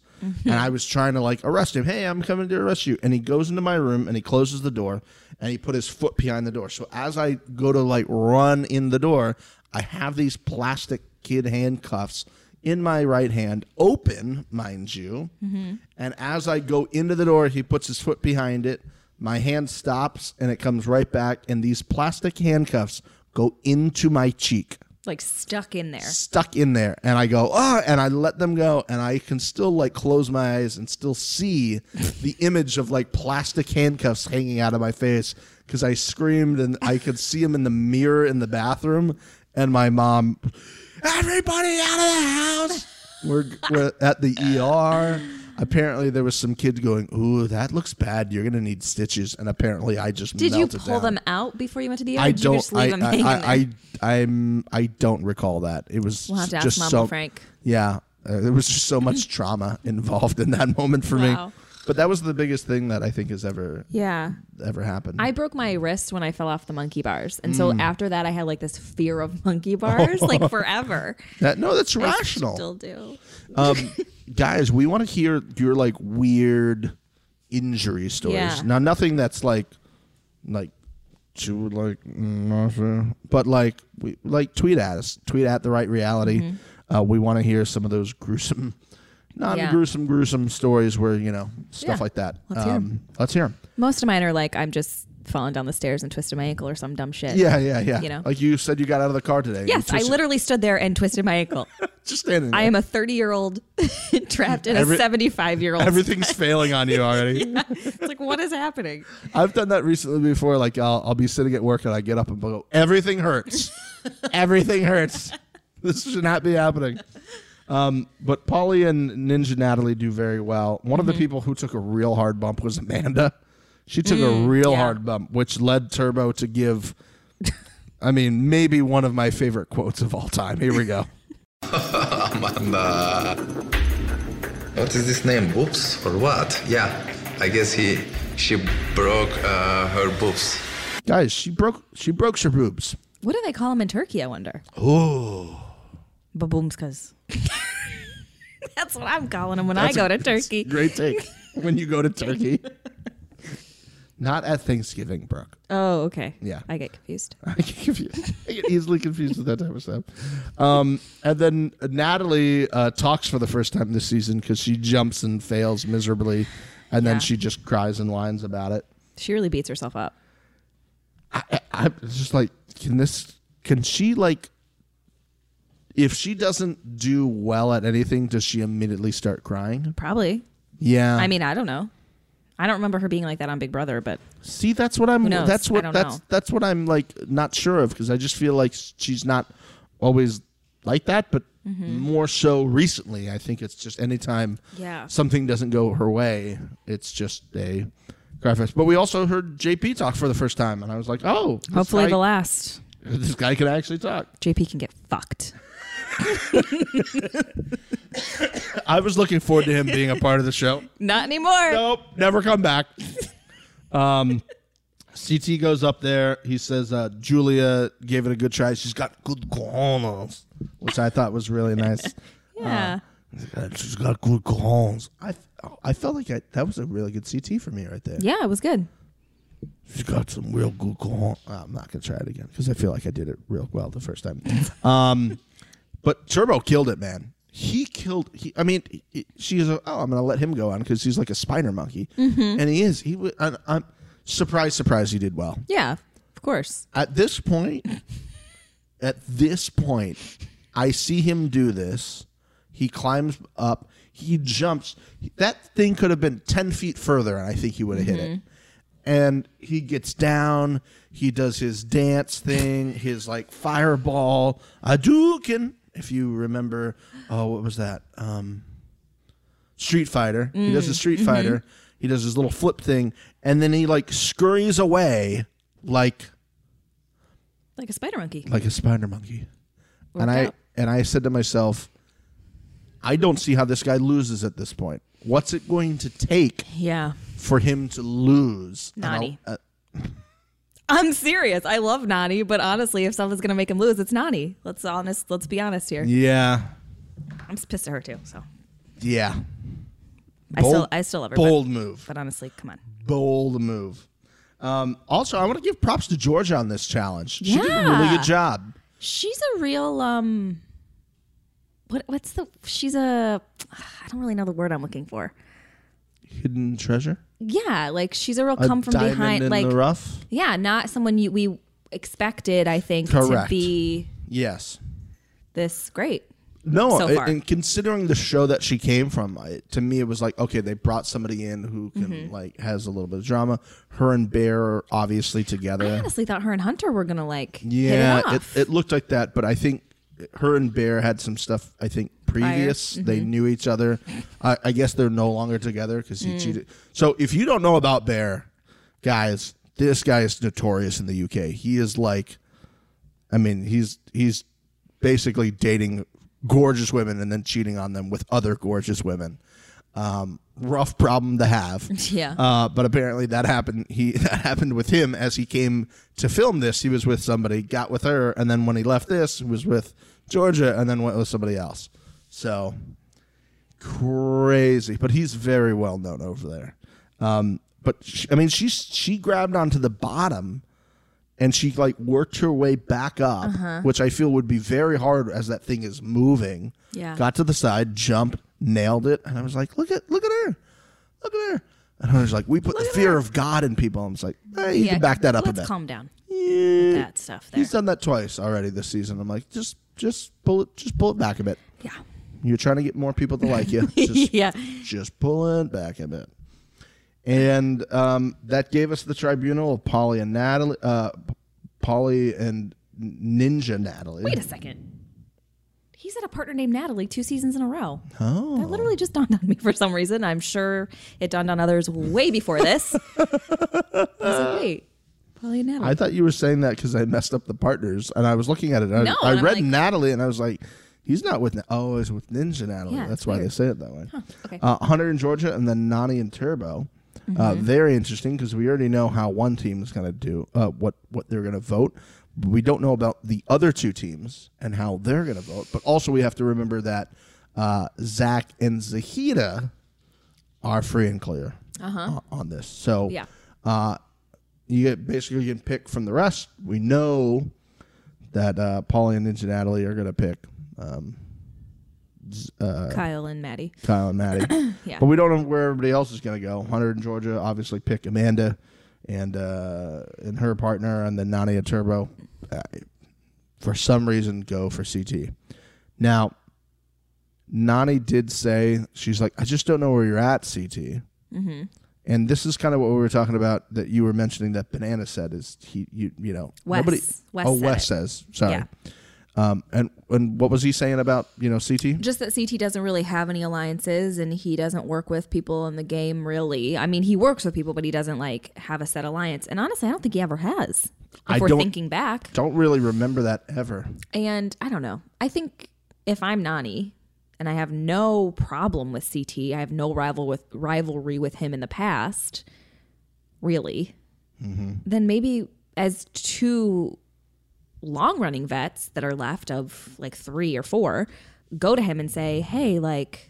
And I was trying to like arrest him. Hey, I'm coming to arrest you. And he goes into my room and he closes the door and he put his foot behind the door. So as I go to like run in the door, I have these plastic kid handcuffs in my right hand, open, mind you. And as I go into the door, he puts his foot behind it. My hand stops and it comes right back, and these plastic handcuffs go into my cheek,
Like stuck in there.
stuck in there. And I go, ah, and I let them go, and I can still like close my eyes and still
<laughs>
see the image of like plastic handcuffs hanging out of my face because I screamed and I could see him in the mirror in the bathroom, and my mom, everybody out of the house. We're, we're at the ER. Apparently, there was some kid going, "Ooh, that looks bad. You're gonna need stitches." And apparently, I just
Did you
melted
pull
down.
them out before you went to the ER?
I
Did you
don't.
just
I,
leave them hanging there?
I, I, am I don't recall that. It was
We'll have to ask
just
Mama
so,
Frank.
Yeah, uh, there was just so
<laughs>
much trauma involved in that moment for
Wow.
me. But that was the biggest thing that I think has ever
yeah.
ever happened.
I broke my wrist when I fell off the monkey bars. And
Hmm.
so after that, I had like this fear of <laughs> monkey
Oh.
bars, like forever.
that, no, that's
I
rational.
still do. <laughs>
um, guys, we want to hear your like weird injury stories.
Yeah.
Now, nothing that's like like too like nothing, but like we like tweet at us, tweet at the right reality.
Mm-hmm.
Uh, we want to hear some of those gruesome, <laughs> non gruesome, gruesome stories where you know stuff
Yeah.
like that. Um,
Let's hear 'em.
let's hear 'em.
Most of mine are like I'm just falling down the stairs and twisted my ankle or some dumb shit.
Yeah, yeah, yeah.
You know.
like you said, you got out of the car today. You
Yes, I
just-
literally stood there and twisted my ankle.
<laughs> just standing. There.
I am a 30 year old <laughs> trapped in
Every-
a 75 year old.
<laughs> Everything's failing on you
<laughs>
already.
It's like, what is happening?
I've done that recently before. Like I'll, I'll be sitting at work and I get up and go, everything hurts, everything hurts. This should not be happening. Um, but Polly and Ninja Natalie do very well. One of the people who took a real hard bump was Amanda. She took a real
yeah.
hard bump, which led Turbo to give I mean, maybe one of my favorite quotes of all time. Here we go.
Amanda. What is this name? Boobs or what? Yeah, I guess he she broke uh, her boobs.
Guys, she broke she broke her boobs.
What do they call them in Turkey? I wonder.
Oh,
Baboomskas. <laughs> That's what I'm calling them when I go to Turkey.
great take. when you go to Turkey. Not at Thanksgiving, Brooke.
Oh, okay.
Yeah.
I get confused.
<laughs> I get confused. I get easily confused with that type of stuff. Um, and then Natalie uh, talks for the first time this season because she jumps and fails miserably, and
Yeah.
then she just cries and whines about it.
She really beats herself up.
I, it's just like, can this? Can she like? If she doesn't do well at anything, does she immediately start crying?
Probably.
Yeah.
I mean, I don't know. I don't remember her being like that on Big Brother, but
see, that's what I'm.
knows?
That's
I
what
don't
that's
know.
that's what I'm like not sure of because I just feel like she's not always like that, but
Mm-hmm.
more so recently. I think it's just anytime
Yeah.
something doesn't go her way, it's just a cry fest. But we also heard JP talk for the first time, and I was like, oh, this
hopefully
guy-
the last
<laughs> this guy can actually talk.
JP can get fucked.
I was looking forward to him being a part of the show.
<laughs> Not anymore.
Nope, never come back. <laughs> Um, CT goes up there. He says uh, Julia gave it a good try. She's got good corners, which I thought was really nice.
Yeah.
Uh, <laughs> She's got good corners. I I felt like I, that was a really good CT for me right there.
yeah, it was good.
She's got some real good corners. I'm not gonna try it again because I feel like I did it real well the first time. <laughs> um, but Turbo killed it, man. He killed. He, I mean, he- he- she's. A, oh, I'm gonna let him go on because he's like a spider monkey, and he is. He. wa- I, I'm surprised. Surprised he did well
Yeah, of course.
at this point at this point i see him do this he climbs up he jumps that thing could have been 10 feet further and i think he would have hit it and he gets down he does his dance thing his like fireball hadouken if you remember oh what was that um Street Fighter. He does his Street Fighter. He does his little flip thing, and then he like scurries away like
Like a spider monkey.
like a spider monkey. and
Worked
I
out.
and I said to myself, I don't see how this guy loses at this point. What's it going to take
Yeah.
for him to lose? And I'll-
Nani.
uh,
I'm serious. I love Nani, but honestly, if someone's gonna make him lose, it's Nani. Let's honest. Let's be honest here.
yeah,
I'm just pissed at her too. So
yeah.
I still, I still love her.
bold
But,
move.
but honestly, come on.
Bold move. Um, also, I want to give props to Georgia on this challenge. She did a really
Yeah.
good job.
She's a real um. What what's the? She's a. I don't really know the word I'm looking for.
Hidden treasure.
Yeah, like she's a real
A
come from
diamond
behind.
in
like
the rough.
yeah, not someone you we expected. I think
Correct.
to be
Yes.
this great.
No,
so
and-
far.
and considering the show that she came from, I, to me it was like okay, they brought somebody in who can
Mm-hmm.
like has a little bit of drama. Her and Bear are obviously
I
together.
honestly thought her and Hunter were gonna like
Yeah,
hit it
it,
off.
it looked like that, but I think her and Bear had some stuff. I think previous they
Mm-hmm.
knew each other. I, I guess they're no longer together because
Mm.
he cheated. So if you don't know about Bear, guys, this guy is notorious in the UK. He is like, I mean, he's he's basically dating gorgeous women and then cheating on them with other gorgeous women. Um, rough problem to have.
<laughs> <laughs> Yeah.
Uh, but apparently that happened. He <laughs> that happened with him as he came to film this. He was with somebody, got with her, and then when he left this, he was with Georgia, and then went with somebody else. So crazy. But he's very well known over there. Um, but sh I mean, she she grabbed onto the bottom, and she like worked her way back up,
Uh-huh.
which I feel would be very hard as that thing is moving.
Yeah.
Got to the side, jumped, nailed it, and I was like, look at look at her, look at her. And I was like, we put the fear of God in people. I was like, hey, you can back that up a
Let's
bit.
calm down.
Yeah.
That stuff there.
He's done that twice already this season. I'm like, just just pull it, just pull it back a bit.
Yeah.
You're trying to get more people to like you. Just
<laughs> Yeah.
just pull it back a bit. And um, that gave us the tribunal of Polly and Natalie, uh, Polly and Ninja Natalie.
Wait a second. He's had a partner named Natalie two seasons in a row. Oh. That literally just dawned on me for some
<laughs>
reason. I'm sure it dawned on others way before this. I was like, wait, Probably Natalie.
I thought you were saying that because I messed up the partners, and I was looking at it. I,
No,
I
and I'm
read
like-
Natalie, and I was like, "He's not with Na- oh, he's with Ninja Natalie.
Yeah,
That's
it's
why they
weird.
say it that way."
okay.
uh, Hunter and Georgia, and then Nani and Turbo. Uh,
Mm-hmm.
very interesting because we already know how one team is going to do uh, what what they're going to vote. But we don't know about the other two teams and how they're going to vote. But also, we have to remember that uh, Zach and Zahida are free and clear uh, on this. So
Uh-huh. Yeah.
you get basically you can pick from the rest. We know that uh, Paulie and Ninja Natalie are going to pick um, uh,
Kyle and Maddie.
Kyle and Maddie,
<coughs> Yeah.
but we don't know where everybody else is going to go. Hunter and Georgia obviously pick Amanda and uh, and her partner, and then Nania Turbo. Uh, for some reason, go for CT. Now, Nani did say she's like, I just don't know where you're at, CT.
Mm-hmm.
And this is kind of what we were talking about that you were mentioning that Banana said is he you you know
Wes.
nobody
Wes
oh
said
Wes
it.
says sorry.
Yeah.
Um, and and what was he saying about you know CT?
Just that CT doesn't really have any alliances and he doesn't work with people in the game really. I mean, he works with people, but he doesn't like have a set alliance. And honestly, I don't think he ever has. If
I
we're
don't-
thinking back,
Don't really remember that ever.
and I don't know. I think if I'm Nani and I have no problem with CT, I have no rival with rivalry with him in the past, really. Then maybe as two long running vets that are left of like three or four, go to him and say, "Hey, like."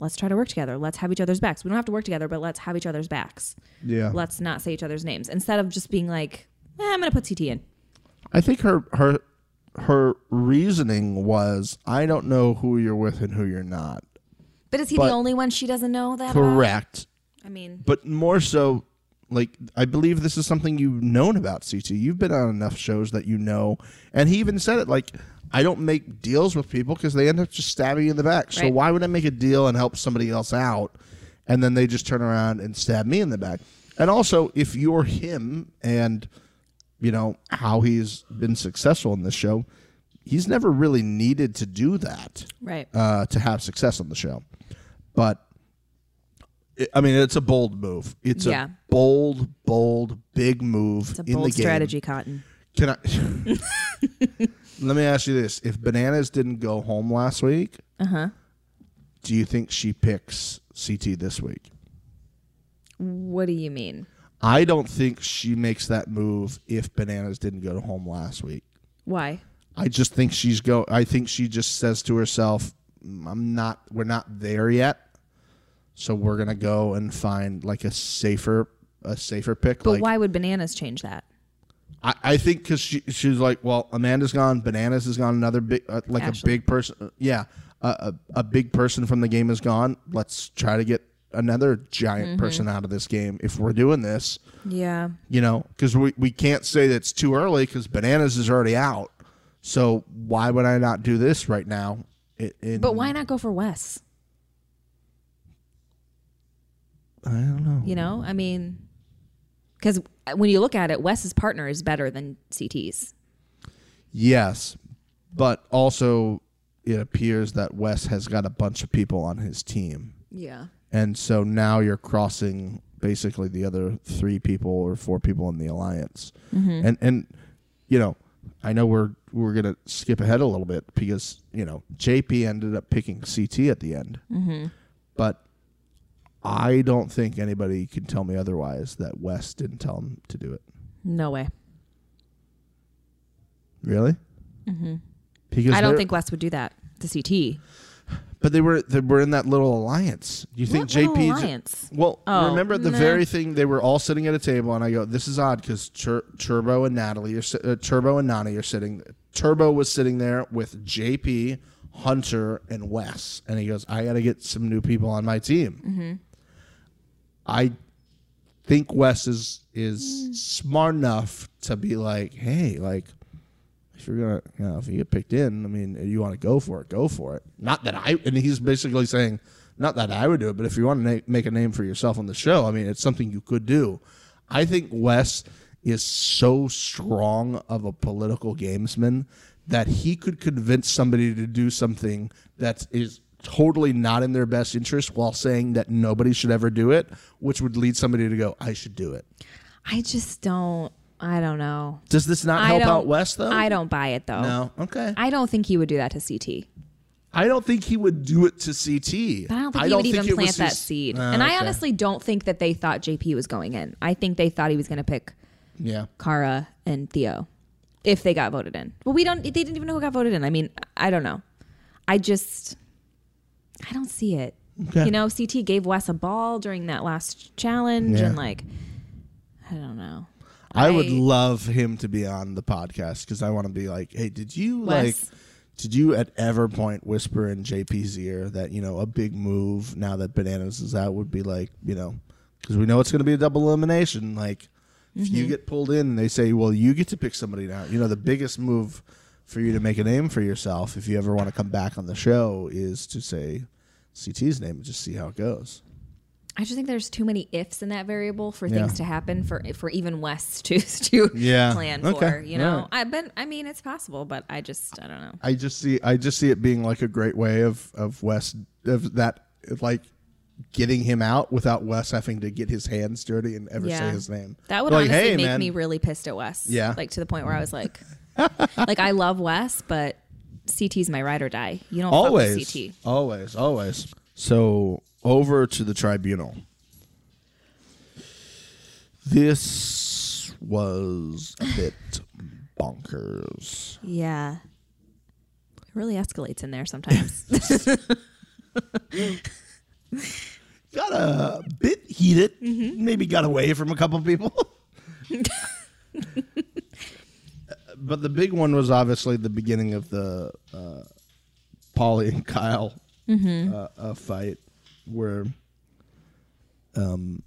Let's try to work together. Let's have each other's backs. We don't have to work together, but let's have each other's backs.
Yeah.
Let's not say each other's names instead of just being like, eh, "I'm going to put CT in."
I think her her her reasoning was I don't know who you're with and who you're not.
But is he
But-
the only one she doesn't know that? about?
Correct.
I mean,
But more so like I believe this is something you've known about CT. You've been on enough shows that you know and he even said it like I don't make deals with people because they end up just stabbing you in the back. So
Right.
why would I make a deal and help somebody else out and then they just turn around and stab me in the back? And also if you're him and you know how he's been successful in this show, he's never really needed to do that
right.
uh, to have success on the show. But it, I mean, it's a bold move. It's
Yeah.
a bold, bold, big move
it's a
in
bold
the game.
strategy, Cotton. <laughs>
Can I? <laughs> let me ask you this: If Bananas didn't go home last week, uh-huh. do you think she picks CT this week?
What do you mean?
I don't think she makes that move if Bananas didn't go to home last week.
Why?
I just think she's go. I think she just says to herself, "Mm, "I'm not. We're not there yet. So we're gonna go and find like a safer, a safer pick."
But
like,
why would bananas change that?
I, I think because she, she's like, "Well, Amanda's gone. Bananas is gone. Another big, uh, like a
Ashley.
big person. uh, yeah, a, a a big person from the game is gone. Let's try to get another giant
Mm-hmm.
person out of this game if we're doing this."
Yeah.
you know, because we, we can't say that's too early because bananas is already out. So why would I not do this right now? It, it,
But why not go for Wes?
I don't know.
You know, I mean, because when you look at it, Wes's partner is better than CT's.
Yes, but also it appears that Wes has got a bunch of people on his team,
Yeah.
and so now you're crossing basically the other three people or four people in the alliance,
Mm-hmm.
and and you know. I know we're we're gonna skip ahead a little bit because you know JP ended up picking CT at the end.
Mm-hmm.
but I don't think anybody can tell me otherwise that Wes didn't tell him to do it.
No way.
Really? Mm-hmm. Because
I don't
they're-
think Wes would do that to CT.
but they were they were in that little alliance. You think
What little
JP? 's-
alliance?
Well,
Oh,
remember the
nah.
very thing they were all sitting at a table, and I go, "This is odd because Tur- Turbo and Natalie are si- uh, Turbo and Nani are sitting. Turbo was sitting there with JP, Hunter, and Wes, and he goes, "I got to get some new people on my team."
Mm-hmm.
I think Wes is is smart enough to be like, hey, like if you're gonna, you know, if you get picked in, I mean, you want to go for it, go for it. Not that I, and he's basically saying, not that I would do it, but if you want to na- make a name for yourself on the show, I mean, it's something you could do. I think Wes is so strong of a political gamesman that he could convince somebody to do something that is totally not in their best interest while saying that nobody should ever do it, which would lead somebody to go, I should do it.
I just don't. I don't know.
Does this not
I
help
don't-
out West though?
I don't buy it though.
No. Okay. I,
I don't think he would do that to CT.
don't think he would do it to CT.
But I don't think he would even plant that seed.
Ah,
and I honestly don't think that they thought JP was going in. I think they thought he was going to pick
Yeah.
Kara and Theo if they got voted in. Well, we don't. They didn't even know who got voted in. I mean, I don't know. I just, I don't see it.
Okay.
You know, CT gave Wes a ball during that last challenge,
Yeah.
and like, I don't know.
I would
I-
love him to be on the podcast because I want to be like, hey, did you
Wes.
like, did you at ever point whisper in JP's ear that you know a big move now that Bananas is out would be like, you know, because we know it's going to be a double elimination. Like, if you get pulled in and they say, well, you get to pick somebody now, you know, the biggest move for you to make a name for yourself if you ever want to come back on the show is to say CT's name and just see how it goes.
I just think there's too many ifs in that variable for
Yeah.
things to happen for for even Wes to <laughs> to
Yeah.
plan for.
Okay.
You know,
Alright.
I but I mean it's possible, but I just I don't know.
I just see I just see it being like a great way of of Wes of that of like getting him out without Wes having to get his hands dirty and ever
Yeah.
say his name.
That would
like,
honestly
hey,
make
man.
me really pissed at Wes.
Yeah.
like to the point where I
<laughs>
was like, like I love Wes, but CT's my ride or die. You don't
always,
fuck with CT.
always, always. So over to the tribunal. This was a bit bonkers.
Yeah, it really escalates in there sometimes.
<laughs> Got a bit heated. Maybe got away from a couple people. <laughs> but the big one was obviously the beginning of the uh, Polly and Kyle uh, uh, fight, where um,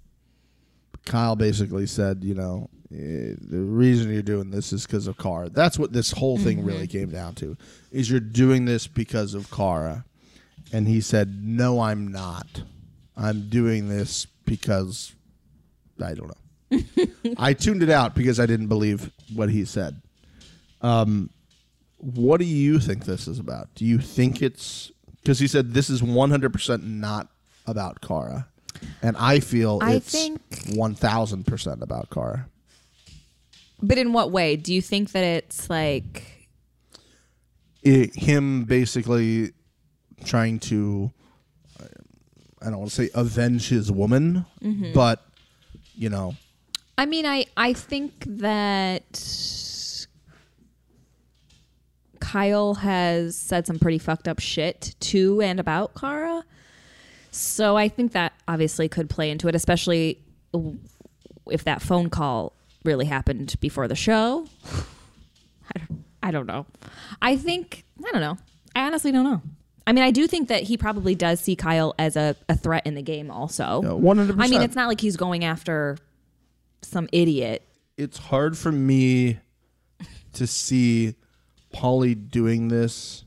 Kyle basically said, you know, eh, the reason you're doing this is because of Kara. That's what this whole thing really came down to: is you're doing this because of Kara. And he said, "No, I'm not. I'm doing this because I don't know. <laughs> I tuned it out because I didn't believe what he said." Um, what do you think this is about? Do you think it's because he said this is 100% not about Kara, and I feel
I
it's
think-
1,000% about Kara.
but in what way do you think that it's like?
it, him basically trying to I don't want to say avenge his woman,
Mm-hmm.
but you know,
I mean, I I think that Kyle has said some pretty fucked up shit to and about Kara. So I think that obviously could play into it, especially w- if that phone call really happened before the show. <sighs> I don't, I don't know. I think I don't know. I honestly don't know. I mean, I do think that he probably does see Kyle as a, a threat in the game. Also,
Yeah, 100%.
I mean, it's not like he's going after some idiot.
it's hard for me to see Polly doing this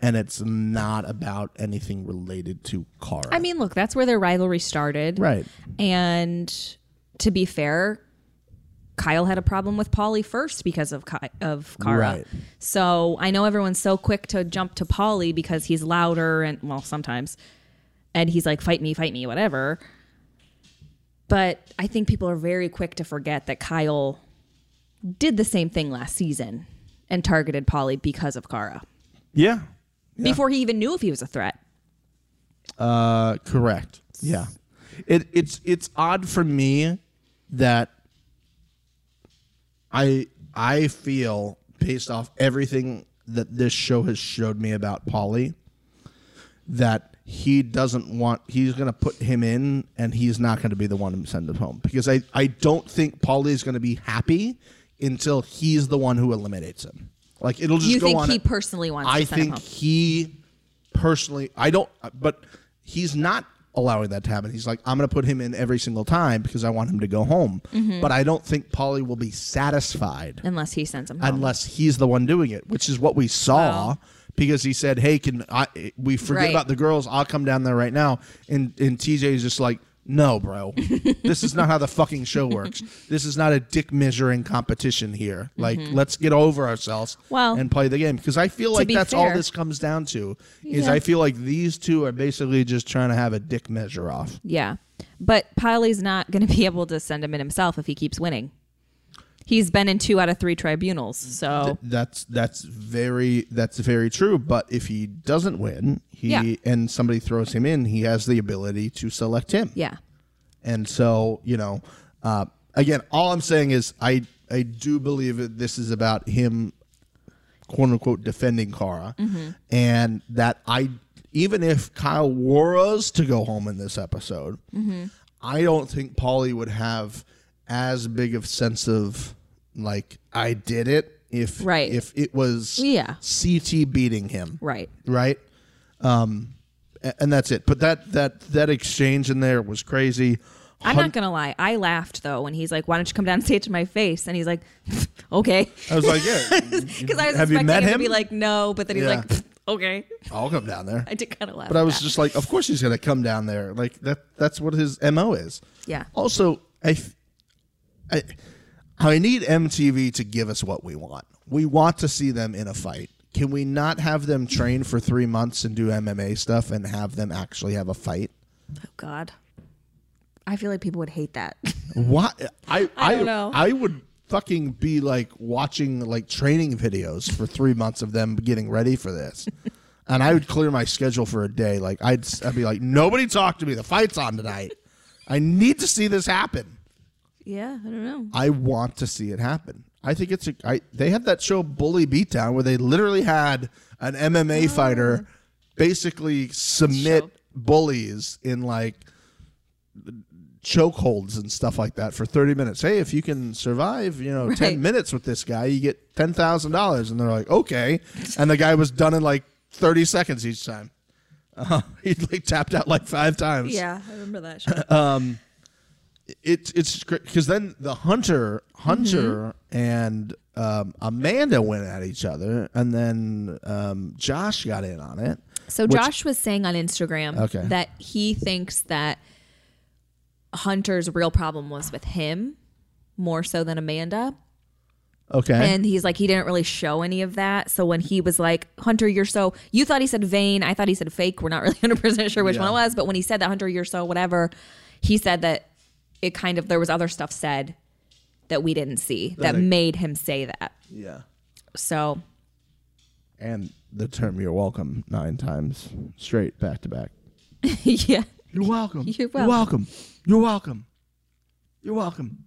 and it's not about anything related to Kara.
I mean, look, that's where their rivalry started.
right.
And to be fair, Kyle had a problem with Polly first because of Ki- of Kara.
Right.
So I know everyone's so quick to jump to Polly because he's louder and well sometimes, and he's like fight me, fight me, whatever. But I think people are very quick to forget that Kyle did the same thing last season and targeted Polly because of Kara
Yeah.
before he even knew if he was a threat.
Uh, correct. Yeah. It it's it's odd for me that I I feel based off everything that this show has showed me about Polly that he doesn't want he's going to put him in and he's not going to be the one to send him home because I I don't think Polly is going to be happy until he's the one who eliminates him. Like it'll just
You
go
think
on
he
it-
personally wants
I
to send him
think
home.
he personally I don't but he's not allowing that to happen. He's like I'm going to put him in every single time because I want him to go home.
Mm-hmm.
But I don't think Polly will be satisfied
Unless he sends him home.
unless he's the one doing it, which is what we saw because he said, "Hey, can I we forget
Right.
about the girls. I'll come down there right now." And and TJ is just like, "No,
<laughs>
bro. this is not how the fucking show works. This is not a dick measuring competition here. Like, let's get over ourselves
Mm-hmm. Well,
and play the game." Because I feel like
be
that's all
fair-
this comes down to is
Yeah.
I feel like these two are basically just trying to have a dick measure off.
Yeah. But Piley's not going to <laughs> be able to send him in himself if he keeps winning. He's been in two out of three tribunals, so
That's that's very that's very true. But if he doesn't win, he
Yeah.
and somebody throws him in, he has the ability to select him.
yeah.
And so, you know, uh, again, all I'm saying is I I do believe that this is about him, quote unquote, defending Kara,
Mm-hmm.
and that I even if Kyle was to go home in this episode,
Mm-hmm.
I don't think Polly would have as big of sense of like I did it if
Right.
if it was
Yeah.
CT beating him
Right.
right? Um, a- and that's it. But that that that exchange in there was crazy.
I'm not gonna lie. I laughed though when he's like, "Why don't you come downstage to my face?" And he's like, <laughs>
<laughs>
"Okay,"
I was like,
<laughs>
yeah,
because I was
Have you
expecting
met
him to
him?
be like, "No," but then he's
Yeah.
like, <laughs> "Okay."
I'll come down there.
I did kind of laugh.
But I
at
was
that.
just like, of course he's gonna come down there. Like that. That's what his mo is.
Yeah.
Also, I, f- I, I need MTV to give us what we want. We want to see them in a fight. Can we not have them train for three months and do MMA stuff and have them actually have a fight?
Oh God. I feel like people would hate that. <laughs>
Why? I I,
don't know.
I would fucking be like watching like training videos for three months of them getting ready for
<laughs>
this, and I would clear my schedule for a day. Like I'd I'd be like, nobody talk to me. The fight's on tonight. I need to see this happen.
yeah, I don't know.
I want to see it happen. I think it's a. I, they had that show Bully Beatdown where they literally had an MMA
Oh.
fighter basically submit bullies in like chokeholds and stuff like that for 30 minutes. Hey, if you can survive, you know,
Right.
10 minutes with this guy, you get $10,000 and they're like, "Okay." And the guy was done in like 30 seconds each time. <laughs> he like tapped out like 5 times
Yeah, I remember that show.
it's it's because then the hunter hunter and um, amanda went at each other and then um, josh got in on it
So Josh was saying on Instagram
Okay.
that he thinks that Hunter's real problem was with him more so than Amanda.
okay
And he's like, he didn't really show any of that. So when he was like, Hunter, you're so, you thought he said vain. I thought he said fake. We're not really <laughs> 100% sure which one it was. But when he said that, Hunter, you're so whatever, he said that it kind of, there was other stuff said that we didn't see that,
I-
made him say that.
yeah
So <laughs>
and the term you're welcome nine times straight back to back
yeah.
you're welcome
You're
you're welcome you're welcome you're welcome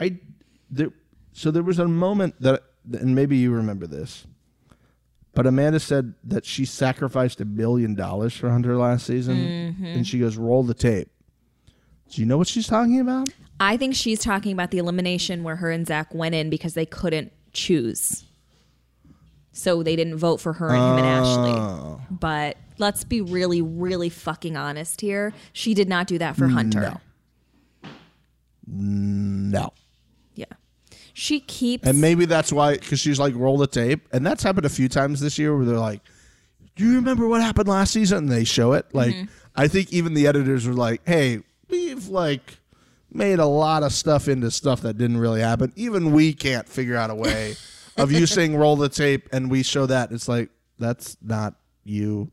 i there, so there was a moment that and maybe you remember this But Amanda said that she sacrificed a billion dollars for Hunter last season, and she goes, "Roll the tape." Do you know what she's talking about?
I think she's talking about the elimination where her and Zach went in because they couldn't choose. So they didn't vote for her and him and Ashley. But let's be really, really fucking honest here. She did not do that for Hunter.
No,
Yeah. She keeps
and maybe that's why because she's like, "Roll the tape," and that's happened a few times this year where they're like, "Do you remember what happened last season?" And they show it. Like,
Mm-hmm.
I think even the editors were like, "Hey, we've like." Made a lot of stuff into stuff that didn't really happen. Even we can't figure out a way of
<laughs>
you saying roll the tape and we show that. It's like, that's not you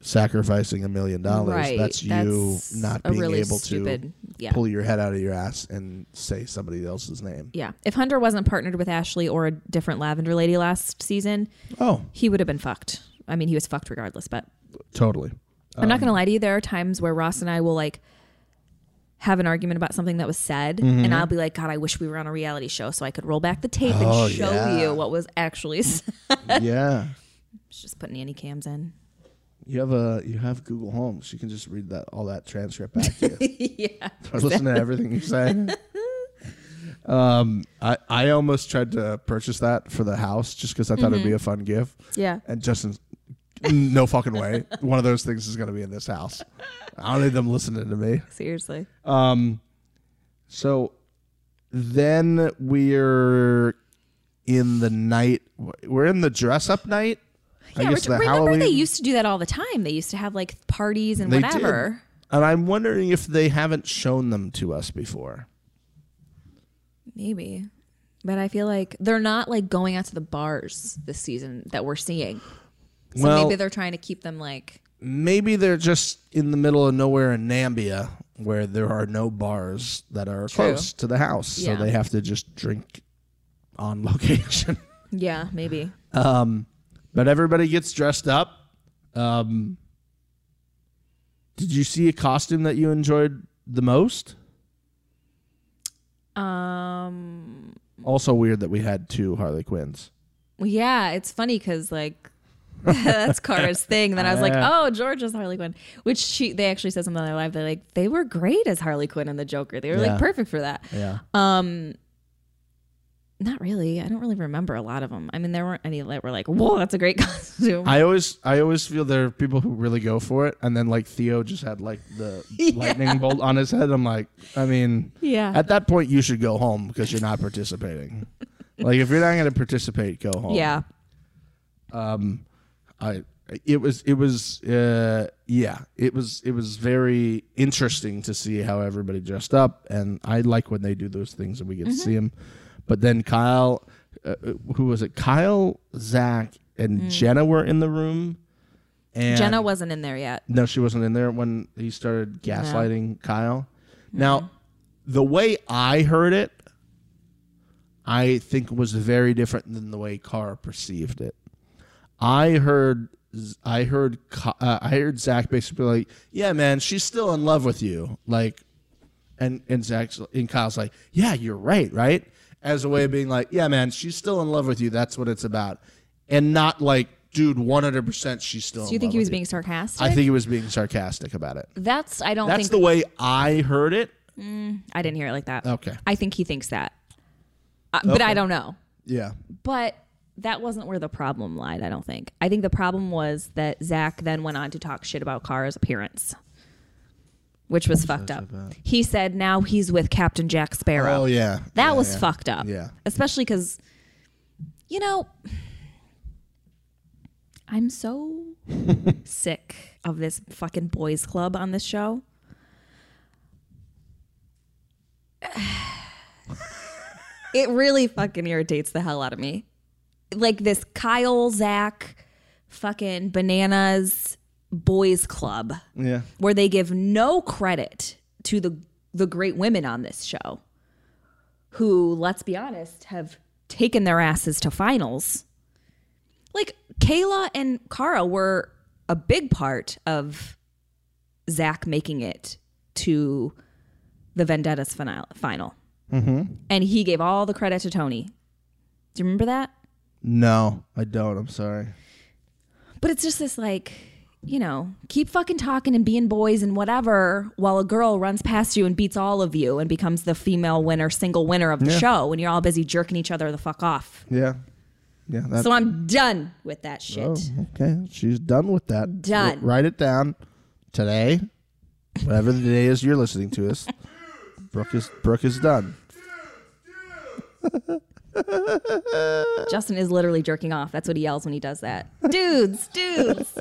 sacrificing a million dollars.
Right.
That's you
That's
not
a
being
really
able to
stupid- yeah.
pull your head out of your ass and say somebody else's name.
Yeah. If Hunter wasn't partnered with Ashley or a different lavender lady last season,
Oh,
he would have been fucked. I mean, he was fucked regardless, but <laughs>
totally.
I'm
Um,
not gonna lie to you. There are times where Ross and I will like have an argument about something that was said,
Mm-hmm.
and I'll be like, "God, I wish we were on a reality show so I could roll back the tape and show
Oh, yeah.
you what was actually." <laughs> said."
yeah.
It's just putting any cams in.
You have a you have Google Home. She can just read that all that transcript back to you.
<laughs> yeah,
or listen to everything you say.
<laughs>
Um, I I almost tried to purchase that for the house just because I thought
Mm-hmm.
it'd be a fun gift.
Yeah.
And Justin's no fucking way. One of those things is gonna be in this house. I don't need them listening to me.
seriously.
So then we're in the night. We're in the dress up night.
Yeah, ret- remember they used to do that all the time. They used to have like parties and
They did.
whatever.
And I'm wondering if they haven't shown them to us before.
Maybe, but I feel like they're not like going out to the bars this season that we're seeing. So
well,
maybe they're trying to keep them like
maybe they're just in the middle of nowhere in Nambia where there are no bars that are close to the house.
Yeah.
So they have to just drink on <laughs> location.
Yeah, maybe.
but everybody gets dressed up. Um, did you see a costume that you enjoyed the most?
Um
Also weird that we had two Harley Quinns.
yeah, it's funny cuz like <laughs> that's Kara's thing. Then I was like, "Oh, George is Harley Quinn," which she they actually said something on their live. They're like, "They were great as Harley Quinn and the Joker. They were
Yeah.
like perfect for that."
Yeah.
Um, not really. I don't really remember a lot of them. I mean, there weren't any that were like, "Whoa, that's a great <laughs> costume."
I always I always feel there are people who really go for it and then like Theo just had like
<laughs>
the lightning bolt on his head. I'm like, I mean,
Yeah.
At that point you should go home because you're not
<laughs>
participating. like if you're not going to participate, go home.
yeah,
I it was it was uh yeah, it was it was very interesting to see how everybody dressed up and I like when they do those things and we get to
Mm-hmm.
see them. But then Kyle uh, who was it? Kyle, Zach and Jenna were in the room. And
Mm. Jenna wasn't in there yet.
No, she wasn't in there when he started gaslighting Kyle.
Mm-hmm.
Now, the way I heard it, I think was very different than the way Carr perceived it. I heard, I heard, Ca- uh, I heard Zach basically like, "Yeah, man, she's still in love with you." Like, and and Zach's and Kyle's like, "Yeah, you're right, right." As a way of being like, "Yeah, man, she's still in love with you. That's what it's about," and not like, "Dude, 100 percent, she's still."
Do you think he was being sarcastic?
I think he was being sarcastic about it.
that's. I don't
That's
think
the way I heard it.
I didn't hear it like that.
Okay.
I think he thinks that, uh, but I don't know.
Yeah.
But that wasn't where the problem lied. I don't think. I think the problem was that Zach then went on to talk shit about Kara's appearance. Which was fucked up. He said now he's with Captain Jack Sparrow.
Oh yeah.
That
Yeah,
was
yeah.
fucked up.
Yeah.
Especially because, you know, I'm so
<laughs>
sick of this fucking boys club on this show. <sighs> it really fucking irritates the hell out of me. Like this Kyle, Zach, fucking bananas boys club
Yeah.
where they give no credit to the the great women on this show who let's be honest have taken their asses to finals like kayla and kara were a big part of zach making it to the vendettas final, final. and he gave all the credit to tony do you remember that
No, I don't. I'm sorry.
but it's just this like, you know, keep fucking talking and being boys and whatever while a girl runs past you and beats all of you and becomes the female winner, single winner of the
Yeah.
show and you're all busy jerking each other the fuck off.
Yeah. Yeah. That's
So I'm done with that shit.
Oh. okay. She's done with that.
Done.
Wr- write it down today, whatever the day is you're listening to us. Brooke is Brooke is done.
Justin is literally jerking off. That's what he yells when he
<laughs>
does that. Dudes, dudes,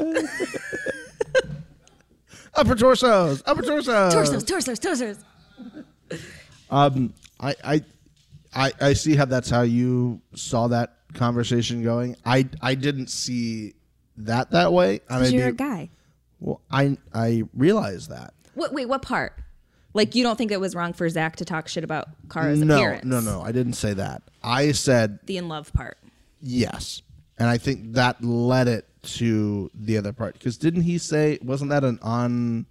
Upper torsos. Upper torsos.
torsos, torsos, torsos.
Um, I, I I I see how that's how you saw that conversation going. I I didn't see that that way. I mean,
You're a guy.
Well, I I realize that.
What, wait, what part? Like you don't think it was wrong for Zach to talk shit about Kara's
No,
appearance?
no, no. I didn't say that. I said
The in love part.
yes, and I think that led it to the other part. Because didn't he say? Wasn't that an on?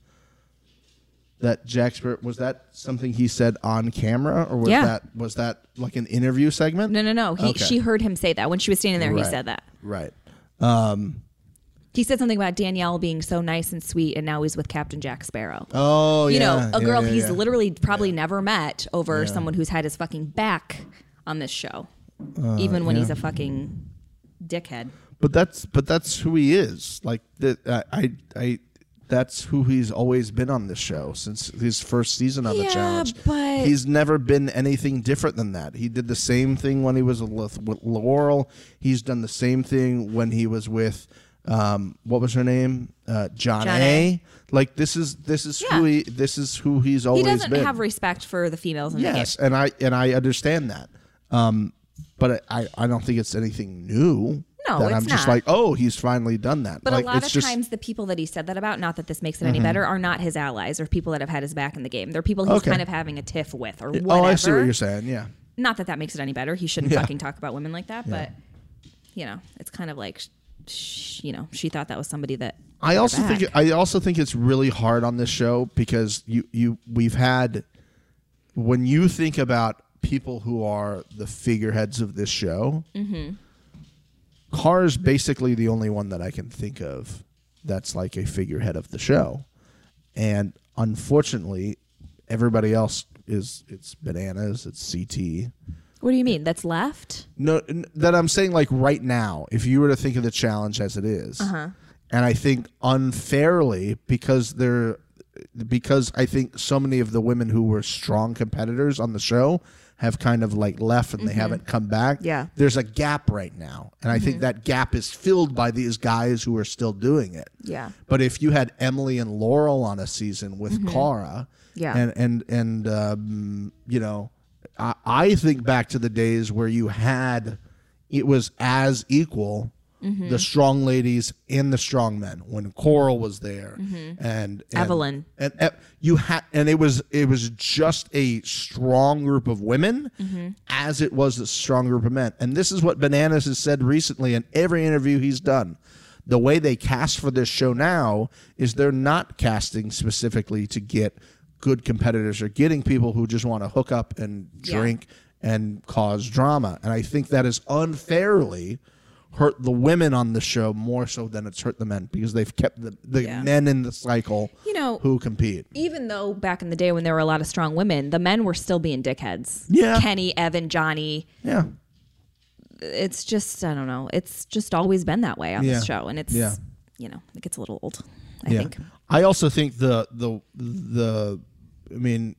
That Jack Sparrow was that something he said on camera, or was
Yeah.
that was that like an interview segment?
No, no, no. He,
Okay.
She heard him say that when she was standing there. He
Right.
said that.
Right.
He said something about Danielle being so nice and sweet, and now he's with Captain Jack Sparrow.
Oh,
you
yeah,
know, a
yeah,
girl
yeah,
he's
yeah.
literally probably never met over someone who's had his fucking back on this show,
Uh,
even when he's a fucking dickhead.
But that's but that's who he is. Like the, I I I that's who he's always been on this show since his first season on the
Yeah,
challenge.
but-
he's never been anything different than that. He did the same thing when he was with, with Laurel. He's done the same thing when he was with um, what was her name? Uh, John,
John
A.
A.
Like this is this is who
Yeah.
he this is who he's
He
always
doesn't
been.
have respect for the females in the game.
Yes, and I and I understand that, um, but I I don't think it's anything new.
No,
that
it's
I'm just
not.
like, oh, he's finally done that.
But
like,
a lot
it's
of
just, Mm-hmm.
times, the people that he said that about, not that this makes it any better, are not his allies or people that have had his back in the game. They're people he's
Okay.
kind of having a tiff with or whatever.
Oh, I see what you're saying. Yeah.
Not that that makes it any better. He shouldn't
Yeah.
fucking talk about women like that. But you know, it's kind of like, sh- sh- you know, she thought that was somebody that.
I also
back.
think I also think it's really hard on this show because you you we've had when you think about people who are the figureheads of this show, Car's basically the only one that I can think of that's like a figurehead of the show, and unfortunately, everybody else is it's bananas, it's CT.
What do you mean? That's left.
No, n- that I'm saying like right now, if you were to think of the challenge as it is,
Uh-huh.
and I think unfairly because they're because I think so many of the women who were strong competitors on the show have kind of like left and they haven't come back.
Mm-hmm. Yeah. Mm-hmm.
there's a gap right now, and I think that gap is filled by these guys who are still doing it.
Yeah.
But if you had Emily and Laurel on a season with Cara,
Mm-hmm. Yeah.
and and and um, you know, I, I think back to the days where you had it was as equal.
Mm-hmm.
The strong ladies and the strong men. When Coral was there, and, and
Mm-hmm. Evelyn.
and e- you had, and it was it was just a strong group of women,
Mm-hmm.
as it was a strong group of men. And this is what Bananas has said recently in every interview he's done the way they cast for this show now is they're not casting specifically to get good competitors or getting people who just want to hook up and
Yeah.
drink and cause drama. And I think that has unfairly hurt the women on the show more so than it's hurt the men because they've kept the, the
Yeah.
men in the cycle
You know-
who compete.
Even though back in the day when there were a lot of strong women, the men were still being dickheads.
Yeah.
Kenny, Evan, Johnny.
Yeah.
It's just I don't know. It's just always been that way on this
Yeah.
show, and it's
Yeah.
you know it gets a little old. I think.
I also think the the the I mean,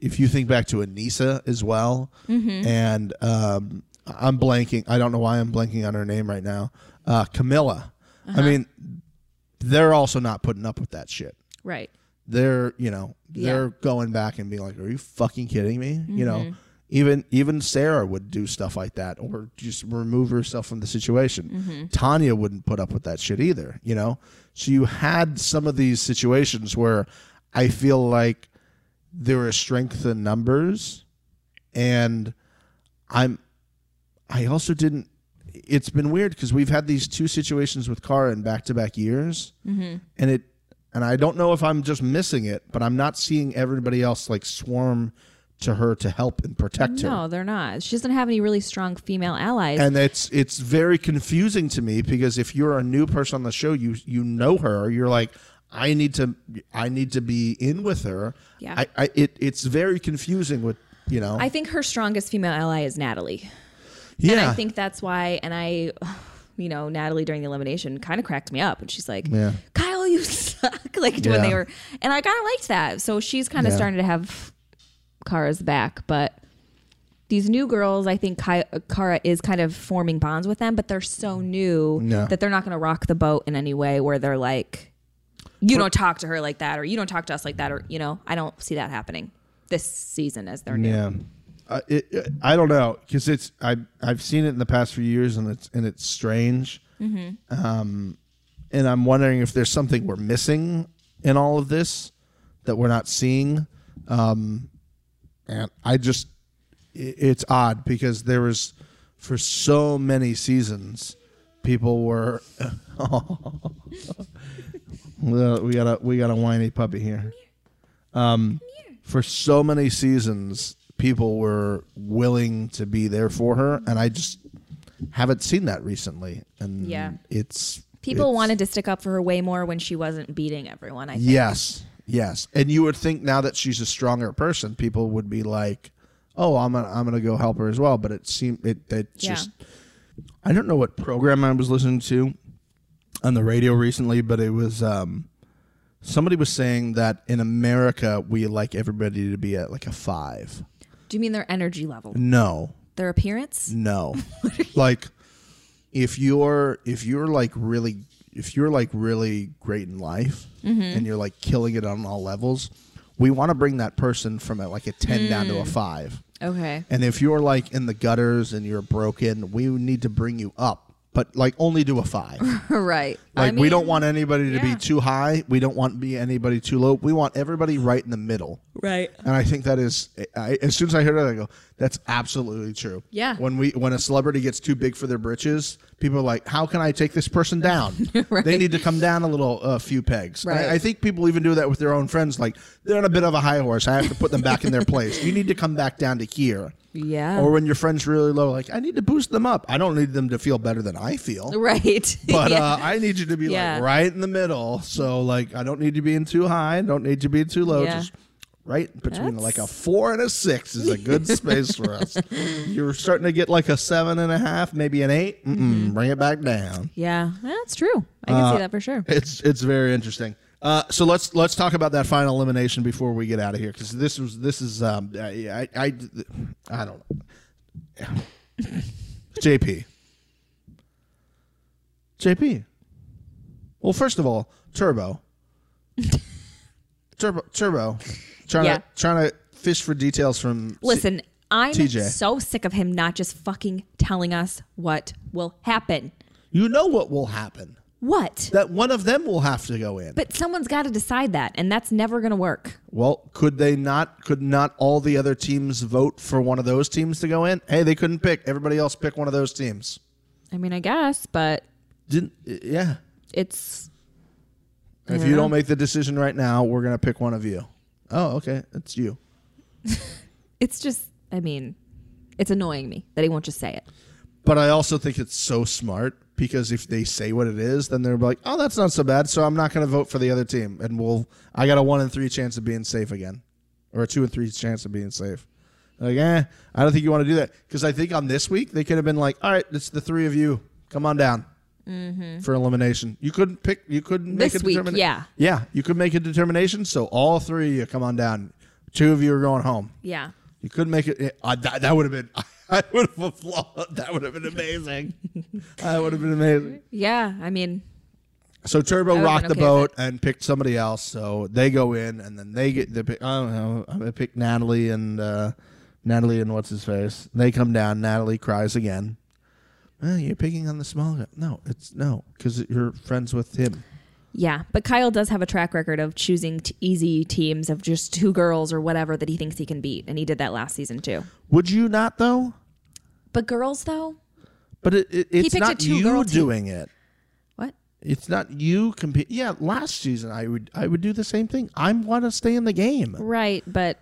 if you think back to Anissa as well, and um, I'm blanking. I don't know why I'm blanking on her name right now. Uh, Camilla. I mean, they're also not putting up with that shit.
Right.
They're you know
Yeah.
they're going back and being like, "Are you fucking kidding me?" You know. Even even Sarah would do stuff like that, or just remove herself from the situation. Tanya wouldn't put up with that shit either, you know. So you had some of these situations where I feel like there is strength in numbers, and I'm I also didn't. It's been weird because we've had these two situations with Cara in back to back years,
Mm-hmm.
and it and I don't know if I'm just missing it, but I'm not seeing everybody else like swarm to her to help and protect her.
No, they're not. She doesn't have any really strong female allies.
And it's it's very confusing to me because if you're a new person on the show, you you know her, you're like, I need to I need to be in with her.
Yeah.
I, I it it's very confusing with you know.
I think her strongest female ally is Natalie.
yeah.
I think that's why, and I, you know, Natalie during the elimination kind of cracked me up, and she's like,
Yeah.
"Kyle, you <laughs> suck." like when they
Yeah.
were, and I kind of liked that. So she's kind of
Yeah.
starting to have Kara's back, but these new girls, I think Ki- Kara is kind of forming bonds with them, but they're so new
Yeah.
that they're not going to rock the boat in any way where they're like, "You don't talk to her like that," or "You don't talk to us like that," or you know, I don't see that happening this season as they're new.
Yeah, uh, it, it, I don't know because it's I I've seen it in the past few years and it's and it's strange. Um, and I'm wondering if there's something we're missing in all of this that we're not seeing. Um, and I just i- it's odd because there was for so many seasons people were. <laughs> Well, we got a we got a whiny puppy here Um, for so many seasons people were willing to be there for her and i just haven't seen that recently and
Yeah.
it's
People
it's-
wanted to stick up for her way more when she wasn't beating everyone. I think.
yes yes and you would think now that she's a stronger person people would be like oh i'm gonna, I'm gonna go help her as well but it seemed it, it
Yeah.
just i don't know what program i was listening to on the radio recently but it was um somebody was saying that in america we like everybody to be at like a five
Do you mean their energy level,
no
their appearance? <laughs>
No. like if you're if you're like really if you're like really great in life
Mm-hmm.
and you're like killing it on all levels, we want to bring that person from a, like a 10 down
Mm.
to a 5.
Okay.
<laughs> And if you're like in the gutters and you're broken, we need to bring you up but like only do a five.
right. <laughs> I
Like we
mean,
don't want anybody to
yeah.
be too high. We don't want to be anybody too low. We want everybody right in the middle.
Right.
And I think that is, I, as soon as I heard it, I go, "That's absolutely true."
Yeah.
When we when a celebrity gets too big for their britches, people are like, "How can I take this
<laughs>
person down?"
Right.
They need to come down a little, a few pegs. And I-
Right.
I, think people even do that with their own friends. Like they're on a bit of a high horse. I have to put them back in their place. You need to come back down to here.
Yeah.
Or when your friend's really low, like I need to boost them up. I don't need them to feel better than I feel.
<laughs> Right.
<laughs> But
yeah.
uh, I need you to be
Yeah.
like right in the middle. So like I don't need you being too high. I don't need you being too low.
Yeah.
Just right between
That's-
like a four and a six is a good space for
<laughs>
us. You're starting to get like a seven and a half, maybe an 8 Mm-mm, bring it back down.
yeah. That's true. I
uh,
can see that for sure.
It's it's very interesting. Uh, so let's let's talk about that final elimination before we get out of here because this was this is um I I, I, I don't know. <sighs> JP. JP. Well, first of all,
<laughs>
Turbo. Turbo Turbo. Trying
Yeah.
to trying to fish for details from
Listen, I'm
TJ.
so sick of him not just fucking telling us what will happen.
You know what will happen.
What?
That one of them will have to go in.
But someone's got to decide that, and that's never going to work.
Well, could they not? Could not all the other teams vote for one of those teams to go in? Hey, they couldn't pick. Everybody else pick one of those teams.
I mean, I guess, but
Didn't? Yeah.
it's
If you don't make the decision right now, we're gonna pick one of you. Oh, okay. It's you.
it's just. I mean, it's annoying me that he won't just say it.
But I also think it's so smart because if they say what it is, then they're like, "Oh, that's not so bad." So I'm not gonna vote for the other team, and we'll. I got a one in three chance of being safe again, or a two in three chance of being safe. Like, eh, I don't think you want to do that because I think on this week they could have been like, "All right, it's the three of you. Come on down." For elimination, you couldn't pick. You couldn't make
Mm-hmm. This
a
week,
determination.
yeah.
yeah, you could make a determination. So all three of you come on down. Two of you are going home.
Yeah.
You couldn't make it. I, that that would have been. <laughs> I would have applauded. That would have been amazing. that would have been amazing.
Yeah. I mean,
So Turbo
would've
rocked
been
the
okay
boat
with
and picked somebody else. So they go in and then they get the. pick- I don't know. I'm gonna pick Natalie and uh, Natalie and what's his face. They come down. Natalie cries again. "Eh, you're picking on the small guy. No, it's no because you're friends with him.
yeah. But Kyle does have a track record of choosing t- easy teams of just two girls or whatever that he thinks he can beat, and he did that last season too.
Would you not though?
But girls, though,
But it, it, it's
picked a
not you
two-girl team.
doing it.
what?
It's not you compete. Yeah, last season I would I would do the same thing. I want to stay in the game.
Right. But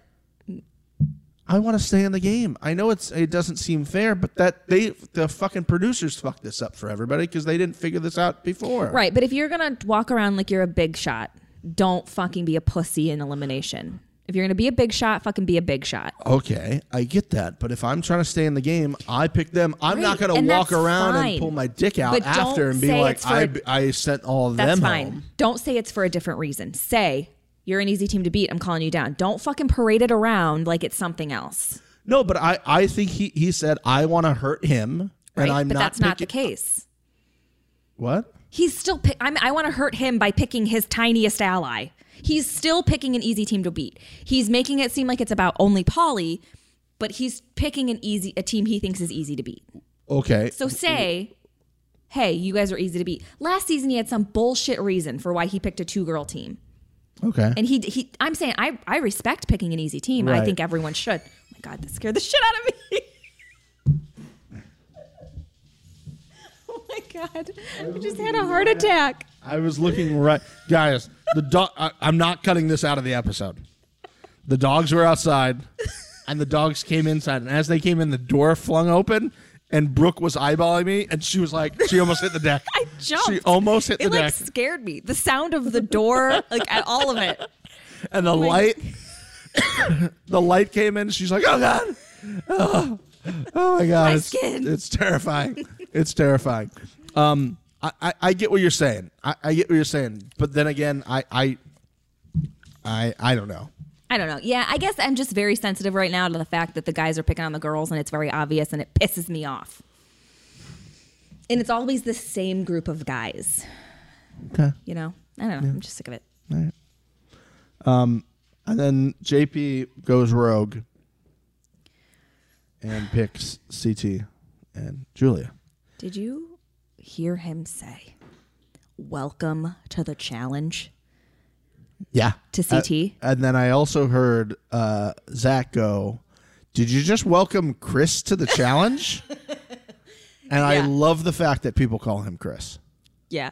I want to stay in the game. I know it's it doesn't seem fair, but that they the fucking producers fucked this up for everybody because they didn't figure this out before.
right. But if you're gonna walk around like you're a big shot, don't fucking be a pussy in elimination. If you're gonna be a big shot, fucking be a big shot.
Okay, I get that, but if I'm trying to stay in the game, I pick them. I'm not
Right,
going
and
to walk
that's
around
fine.
and pull my dick out
But don't
after and be
say
like
it's for
I
a-
b- I sent all of
That's
them
fine.
home.
Don't say it's for a different reason. Say you're an easy team to beat. I'm calling you down. Don't fucking parade it around like it's something else.
No, but I I think he he said I want to hurt him
Right?
and I'm
but
not
that's not the
picking-
case.
What?
He's still. Pick, I'm, I want to hurt him by picking his tiniest ally. He's still picking an easy team to beat. He's making it seem like it's about only Polly, but he's picking an easy a team he thinks is easy to beat.
Okay.
So say, hey, you guys are easy to beat. Last season he had some bullshit reason for why he picked a two girl team.
okay.
And he, he, I'm saying I, I respect picking an easy team. I
Right.
think everyone should. Oh my God, that scared the shit out of me. <laughs> oh my God, I just had a heart attack.
I was looking right, guys. The dog. I, I'm not cutting this out of the episode. The dogs were outside, and the dogs came inside. And as they came in, the door flung open, and Brooke was eyeballing me, and she was like, she almost hit the deck.
<laughs> I jumped.
She almost hit
It
the
like
deck,
scared me. The sound of
<laughs>
the door, like at all of it.
and the light, the light <coughs> came in. She's like, oh god, oh, oh my god, it's,
skin.
it's terrifying. it's terrifying. Um, I, I, I get what you're saying. I, I get what you're saying, but then again, I, I, I, I don't know.
I don't know. Yeah, I guess I'm just very sensitive right now to the fact that the guys are picking on the girls, and it's very obvious, and it pisses me off. And it's always the same group of guys.
Okay.
You know, I don't know. I'm just sick of it.
And then JP goes rogue and picks CT and Julia.
Did you hear him say, Welcome to the challenge
Yeah.
to CT.
Uh, And then I also heard uh, Zach go, Did you just welcome Chris to the
<laughs>
challenge? and I
Yeah.
love the fact that people call him Chris.
yeah.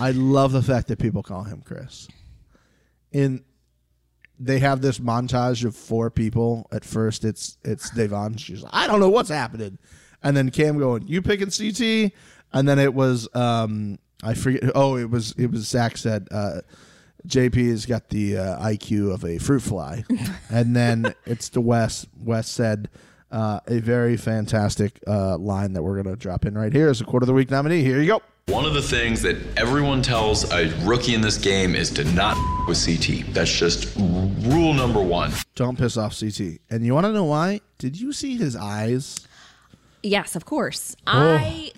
I love the fact that people call him Chris. And they have this montage of four people. At first, it's it's Devon. She's like, I don't know what's happening, and then Cam going, "You picking CT?" And then it was um I forget. Oh, it was it was Zach said uh, JP has got the uh, IQ of a fruit fly, and then it's the West. West said. Uh, a very fantastic uh, line that we're going to drop in right here is a quarter of the week nominee. Here you go.
One of the things that everyone tells a rookie in this game is to not with CT. That's just rule number one.
Don't piss off CT. And you want to know why? Did you see his eyes?
Yes, of course.
Oh.
I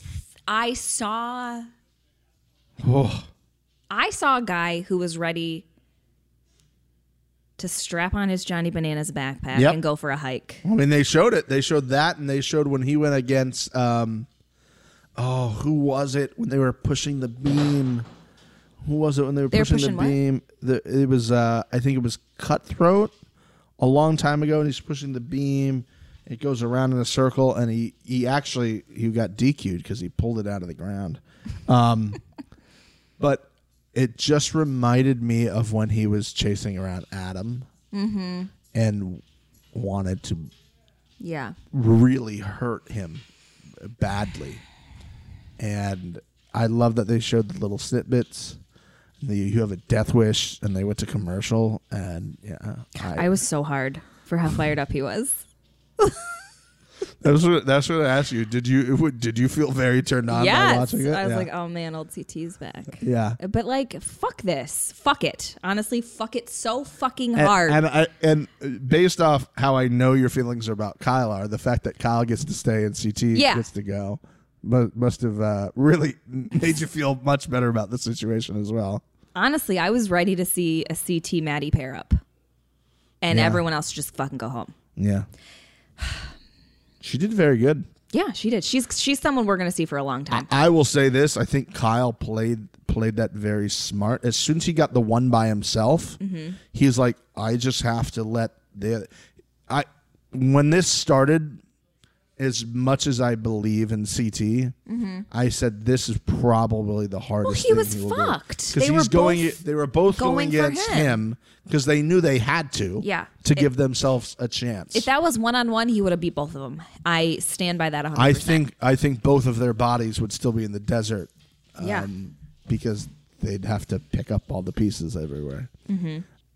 I saw
Oh.
I saw a guy who was ready to strap on his Johnny Bananas backpack
Yep.
and go for a hike.
I mean, they showed it. They showed that, and they showed when he went against. Um, oh, who was it when they were pushing the beam? Who was it when they were
They were
pushing, the
pushing what?
beam? The, it was. Uh, I think it was Cutthroat a long time ago, and he's pushing the beam. It goes around in a circle, and he he actually he got DQ'd because he pulled it out of the ground. Um, <laughs> but it just reminded me of when he was chasing around Adam
Mm-hmm.
and wanted to
Yeah.
really hurt him badly. And I love that they showed the little snippets. The, you have a death wish, and they went to commercial, and yeah, I,
I was so hard for how fired up he was.
that's what that's what I asked you. Did you would- did you feel very turned on by
yes.
watching it?
I was
yeah.
like, oh man, old CT's back.
yeah,
But like, fuck this. Fuck it. Honestly, fuck it so fucking
and,
hard.
and I and based off how I know your feelings about Kyle are, the fact that Kyle gets to stay and CT
Yeah.
gets to go mu- must have uh, really <laughs> made you feel much better about the situation as well.
Honestly, I was ready to see a CT Maddie pair up. And
Yeah.
everyone else just fucking go home. <sighs>
Yeah. She did very good.
Yeah, she did. She's she's someone we're gonna see for a long time.
I will say this, I think Kyle played played that very smart. As soon as he got the one by himself,
Mm-hmm.
he's like, I just have to let the other I when this started, as much as I believe in CT, I said this is probably the hardest.
Mm-hmm. he
thing
was
will do."
fucked.
'Cause
They
he's
were
going.
both
they were both
going
going,
for
against
him.
him because they knew they had to.
Yeah.
To
It-
give themselves a chance.
if that was one on one, he would have beat both of them. I stand by that 100%.
I think I think both of their bodies would still be in the desert.
Yeah.
um, because they'd have to pick up all the pieces everywhere.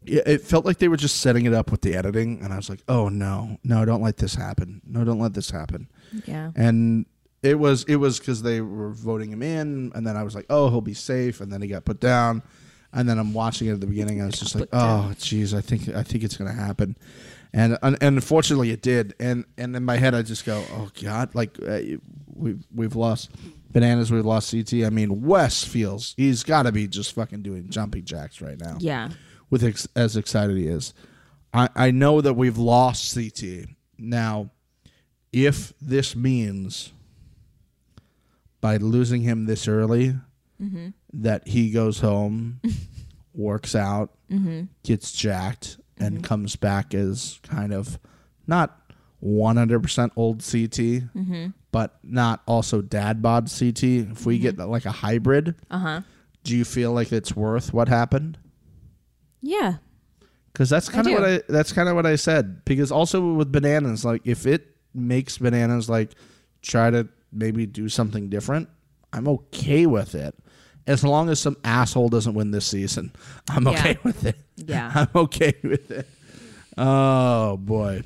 Yeah, it felt like they were just setting it up with the editing, and I was like, "Oh no, no, don't let this happen. No, don't let this happen."
Yeah.
And it was it was because they were voting him in, and then I was like, "Oh, he'll be safe," and then he got put down. And then I'm watching it at the beginning. I was just like, "Oh, geez, I think I think it's gonna happen," and and and unfortunately it did. And and in my head, I just go, "Oh God!" Like uh, we've we've lost bananas, we've lost CT. I mean, Wes feels he's got to be just fucking doing jumping jacks right now
Yeah.
with ex- as excited he is. I, I know that we've lost CT. Now, if this means by losing him this early that he goes home, works out, gets jacked, and comes back as kind of not 100% old CT, but not also dad bod CT, if we get like a hybrid, uh-huh. do you feel like it's worth what happened?
Yeah.
Because that's kind of
do.
what I that's kind of what I said. Because also with bananas, like if it makes bananas like try to maybe do something different, I'm okay with it. As long as some asshole doesn't win this season, I'm okay with it.
Yeah.
<laughs> I'm okay with it. Oh boy.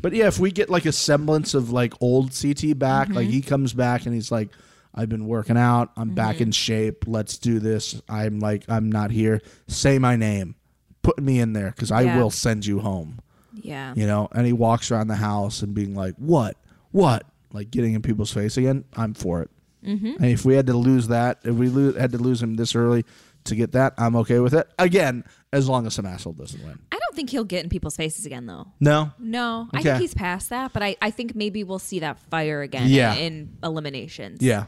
But yeah, if we get like a semblance of like old CT back, like he comes back and he's like, I've been working out, I'm back in shape, let's do this. I'm like, I'm not here. Say my name. Put me in there because I
Yeah.
will send you home.
Yeah.
You know? And he walks around the house and being like, What? What? Like getting in people's face again, I'm for it. Mm-hmm. And if we had to lose that, if we lo- had to lose him this early to get that, I'm okay with it. Again, as long as some asshole doesn't win.
I don't think he'll get in people's faces again though.
No?
No, I
Okay.
think he's past that, but I, I think maybe we'll see that fire again
Yeah.
in eliminations.
Yeah.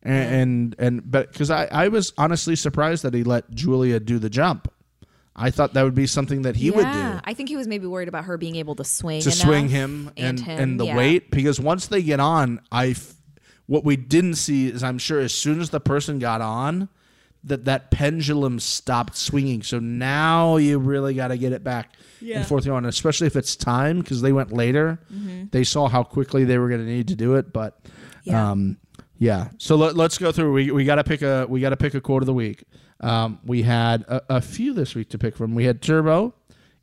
and and, and but because I I was honestly surprised that he let Julia do the jump. I thought that would be something that he would do.
I think he was maybe worried about her being able to swing
to
enough
swing him and, and, the
yeah.
weight because once they get on i f- what we didn't see is i'm sure as soon as the person got on that that pendulum stopped swinging so now you really got to get it back and forth and on especially if it's time because they went later they saw how quickly they were going to need to do it but
Yeah.
um yeah so let, let's go through we, we got to pick a we got to pick a quote of the week um, we had a, a few this week to pick from we had turbo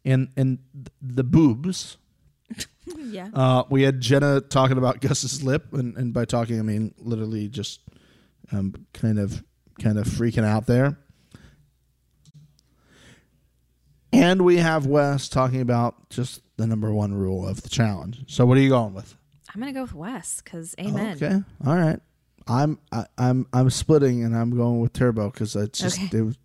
and and th- the boobs
Yeah.
uh, we had Jenna talking about <laughs> Gus's lip, and, and by talking I mean literally just um, kind of kind of freaking out there. And we have Wes talking about just the number one rule of the challenge. So what are you going with?
I'm gonna go with Wes because Amen.
Okay, all right. I'm I, I'm I'm splitting, and I'm going with Turbo because it's just
Okay. <laughs>
it was-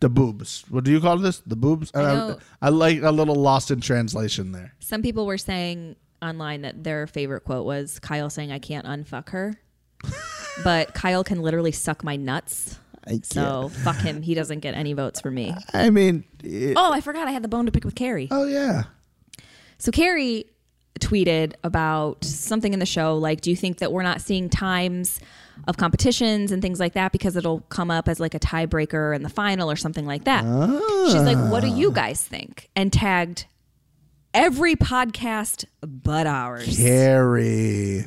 the boobs. What do you call this? The boobs. I,
know.
I like a little lost in translation there.
Some people were saying online that their favorite quote was Kyle saying, "I can't unfuck her," but Kyle can literally suck my nuts. So fuck him. He doesn't get any votes for me.
I mean, it-
Oh, I forgot I had the bone to pick with Carrie.
oh yeah.
So Carrie tweeted about something in the show like do you think that we're not seeing times of competitions and things like that because it'll come up as like a tiebreaker in the final or something like that. She's like what do you guys think? And tagged every podcast but ours.
Carrie.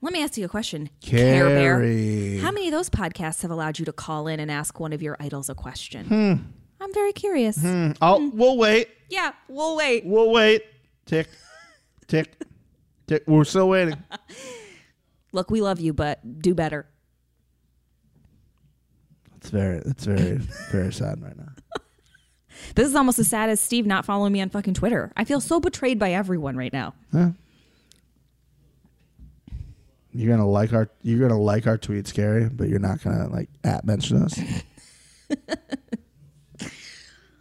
Let me ask you a question. Care
Carrie.
Bear. How many of those podcasts have allowed you to call in and ask one of your idols a question? I'm very curious.
Oh, we'll wait.
Yeah, we'll wait.
We'll wait. Tick, tick, tick. We're still waiting.
Look, we love you, but do better.
It's very, it's very, very sad right now.
This is almost as sad as Steve not following me on fucking Twitter. I feel so betrayed by everyone right now.
You're gonna like our, you're gonna like our tweets, Carrie, but you're not gonna like at mention us.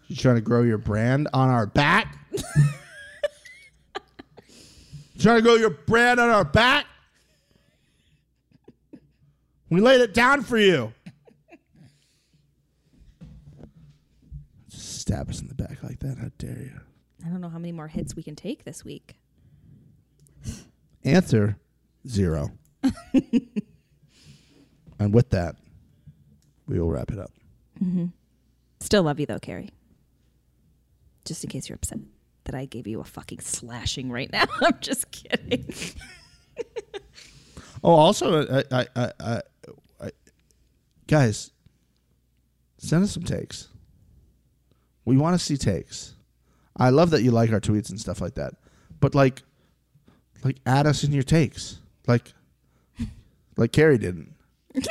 you trying to grow your brand on our back? you trying to grow your brand on our back? We laid it down for you. Stab us in the back like that. How dare you?
I don't know how many more hits we can take this week.
Answer
<laughs>
zero. and with that, we will wrap it up.
Still love you though, Carrie. Just in case you're upset that I gave you a fucking slashing right now. <laughs> I'm just kidding. <laughs>
Oh, also, I, I, I, I, I, guys, send us some takes. We want to see takes. I love that you like our tweets and stuff like that, but like, like add us in your takes, like, like Carrie didn't.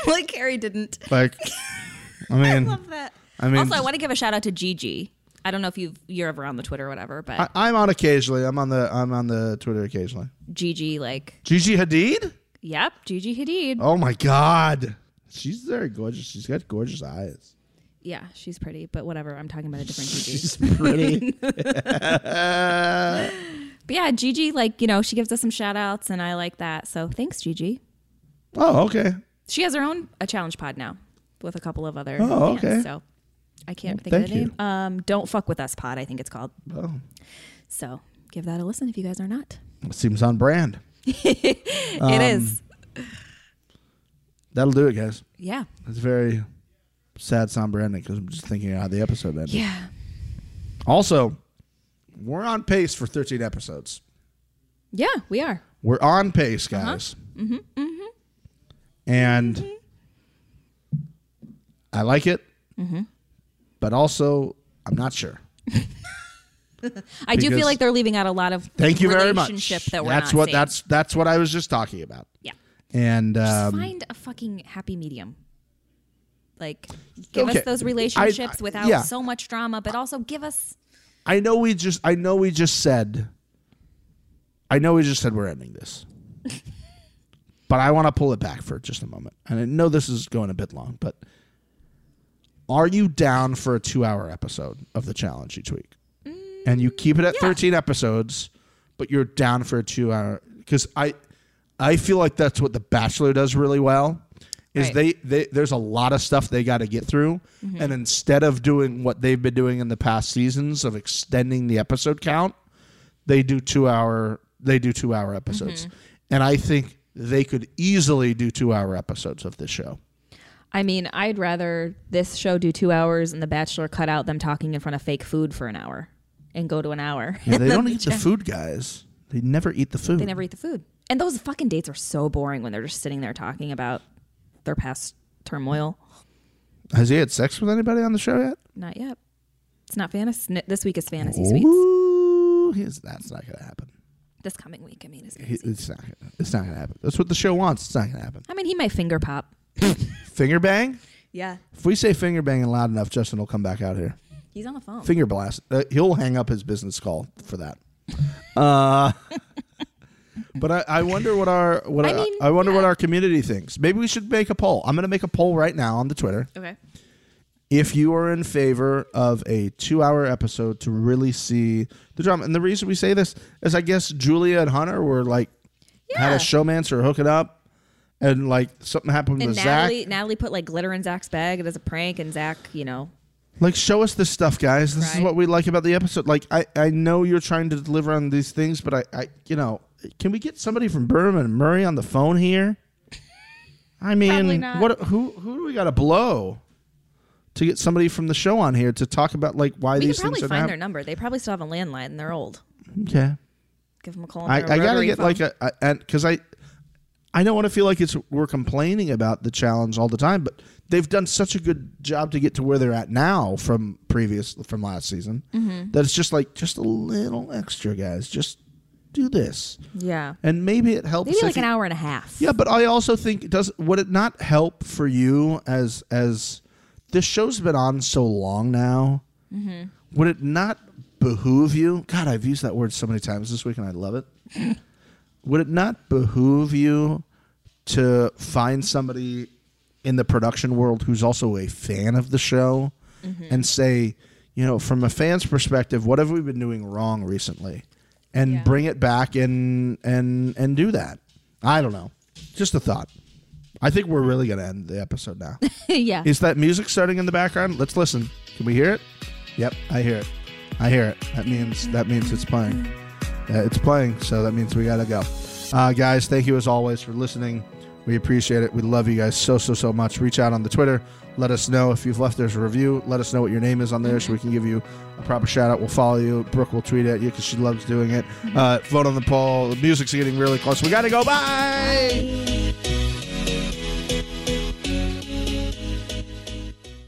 like Carrie didn't.
Like,
<laughs>
I mean,
Love that.
I mean,
also, I want to give a shout out to Gigi. I don't know if you you're ever on the Twitter or whatever, but
I, I'm on occasionally. I'm on the I'm on the Twitter occasionally.
Gigi, like,
Gigi Hadid?
yep, Gigi Hadid.
Oh my God, she's very gorgeous. She's got gorgeous eyes.
Yeah, she's pretty, but whatever. I'm talking about a different Gigi.
She's pretty.
But yeah, Gigi, like, you know, she gives us some shout outs and I like that. So thanks, Gigi.
<laughs> oh, okay.
She has her own a challenge pod now with a couple of other
Oh,
fans,
okay.
So I can't
Well,
think of
thank
the
you.
name. Um, Don't fuck with us pod, I think it's called.
Oh,
So give that a listen if you guys are not.
seems on brand. Um,
it is.
That'll do it, guys.
Yeah.
It's very sad, somber ending because I'm just thinking how the episode ended.
Yeah.
Also, we're on pace for 13 episodes.
Yeah, we are.
We're on pace,
Uh-huh.
guys. Mm-hmm. Mm-hmm. And I like it, mm-hmm. but also I'm not sure.
I do
Because-
feel like they're leaving out a lot of
Thank you very much.
relationship that we're
that's
not
what
seeing.
that's that's what I was just talking about.
yeah.
And um,
Find a fucking happy medium. Like give
Okay.
us those relationships
I-
without
yeah.
so much drama, but also give us
I know we just I know we just said I know we just said we're ending this. but I want to pull it back for just a moment. And I know this is going a bit long, but are you down for a 2-hour episode of the challenge each week? and you keep it at 13 episodes, but you're down for a 2-hour cuz I I feel like that's what The Bachelor does really well. Is
Right.
they, they there's a lot of stuff they got to get through, and instead of doing what they've been doing in the past seasons of extending the episode count, they do two hour they do two hour episodes, and I think they could easily do two hour episodes of this show.
I mean, I'd rather this show do two hours and The Bachelor cut out them talking in front of fake food for an hour and go to an hour.
Yeah, they don't eat the food, guys. They never eat the food.
<laughs> they never eat the food. And those fucking dates are so boring when they're just sitting there talking about their past turmoil.
Has he had sex with anybody on the show yet?
Not yet. It's not fantasy. This week is fantasy
Oh.
suites.
Ooh, he's, that's not gonna happen.
This coming week, I mean, is
He-
fantasy.
It's not. Gonna, it's not gonna happen. That's what the show wants. It's not gonna happen.
I mean, he might finger pop.
Finger bang.
Yeah,
If we say finger banging loud enough, Justin will come back out here.
he's on the phone.
Finger blast. Uh, he'll hang up his business call for that. Uh, <laughs> but I, I wonder what our what
I
I,
mean,
I wonder what
yeah.
our community thinks. Maybe we should make a poll. I'm gonna make a poll right now on the Twitter.
okay.
if you are in favor of a two hour episode to really see the drama. And the reason we say this is I guess Julia and Hunter were like had
Yeah.
a showmance or hooking up and like something happened
And
with
Natalie,
Zach.
Natalie put like glitter in Zach's bag as a prank, and Zach, you know,
Like show us this stuff, guys. This is
Right.
what we like about the episode. Like I, I know you're trying to deliver on these things, but I, I you know, can we get somebody from Burnham and Murray on the phone here? I
Probably
mean
not.
what who who do we gotta blow? To get somebody from the show on here to talk about like why
we could
these
probably
things are
find their number. They probably still have a landline, and they're old.
Okay.
Give them a call. On
I,
their
I gotta
rotary
get
phone.
like a, a and because I, I don't want to feel like it's we're complaining about the challenge all the time, but they've done such a good job to get to where they're at now from previous from last season
Mm-hmm.
that it's just like just a little extra, guys. Just do this,
yeah,
and maybe it helps.
maybe
if
like an
you-
hour and a half.
Yeah, but I also think does would it not help for you as as this show's been on so long now?
Mm-hmm.
Would it not behoove you? God, I've used that word so many times this week, and I love it. would it not behoove you to find somebody in the production world who's also a fan of the show and say, you know, from a fan's perspective, what have we been doing wrong recently? And bring it back and and and do that. I don't know. Just a thought. I think we're really gonna end the episode now.
<laughs>
<laughs>
yeah.
Is that music starting in the background? Let's listen. Can we hear it? Yep, I hear it. I hear it. That means that means it's playing. Uh, it's playing, so that means we gotta go. Uh, guys, thank you as always for listening. We appreciate it. We love you guys so so so much. Reach out on the Twitter. Let us know if you've left us a review. Let us know what your name is on there, so we can give you a proper shout out. We'll follow you. Brooke will tweet at you because she loves doing it. Uh, vote on the poll. The music's getting really close. We gotta go. Bye.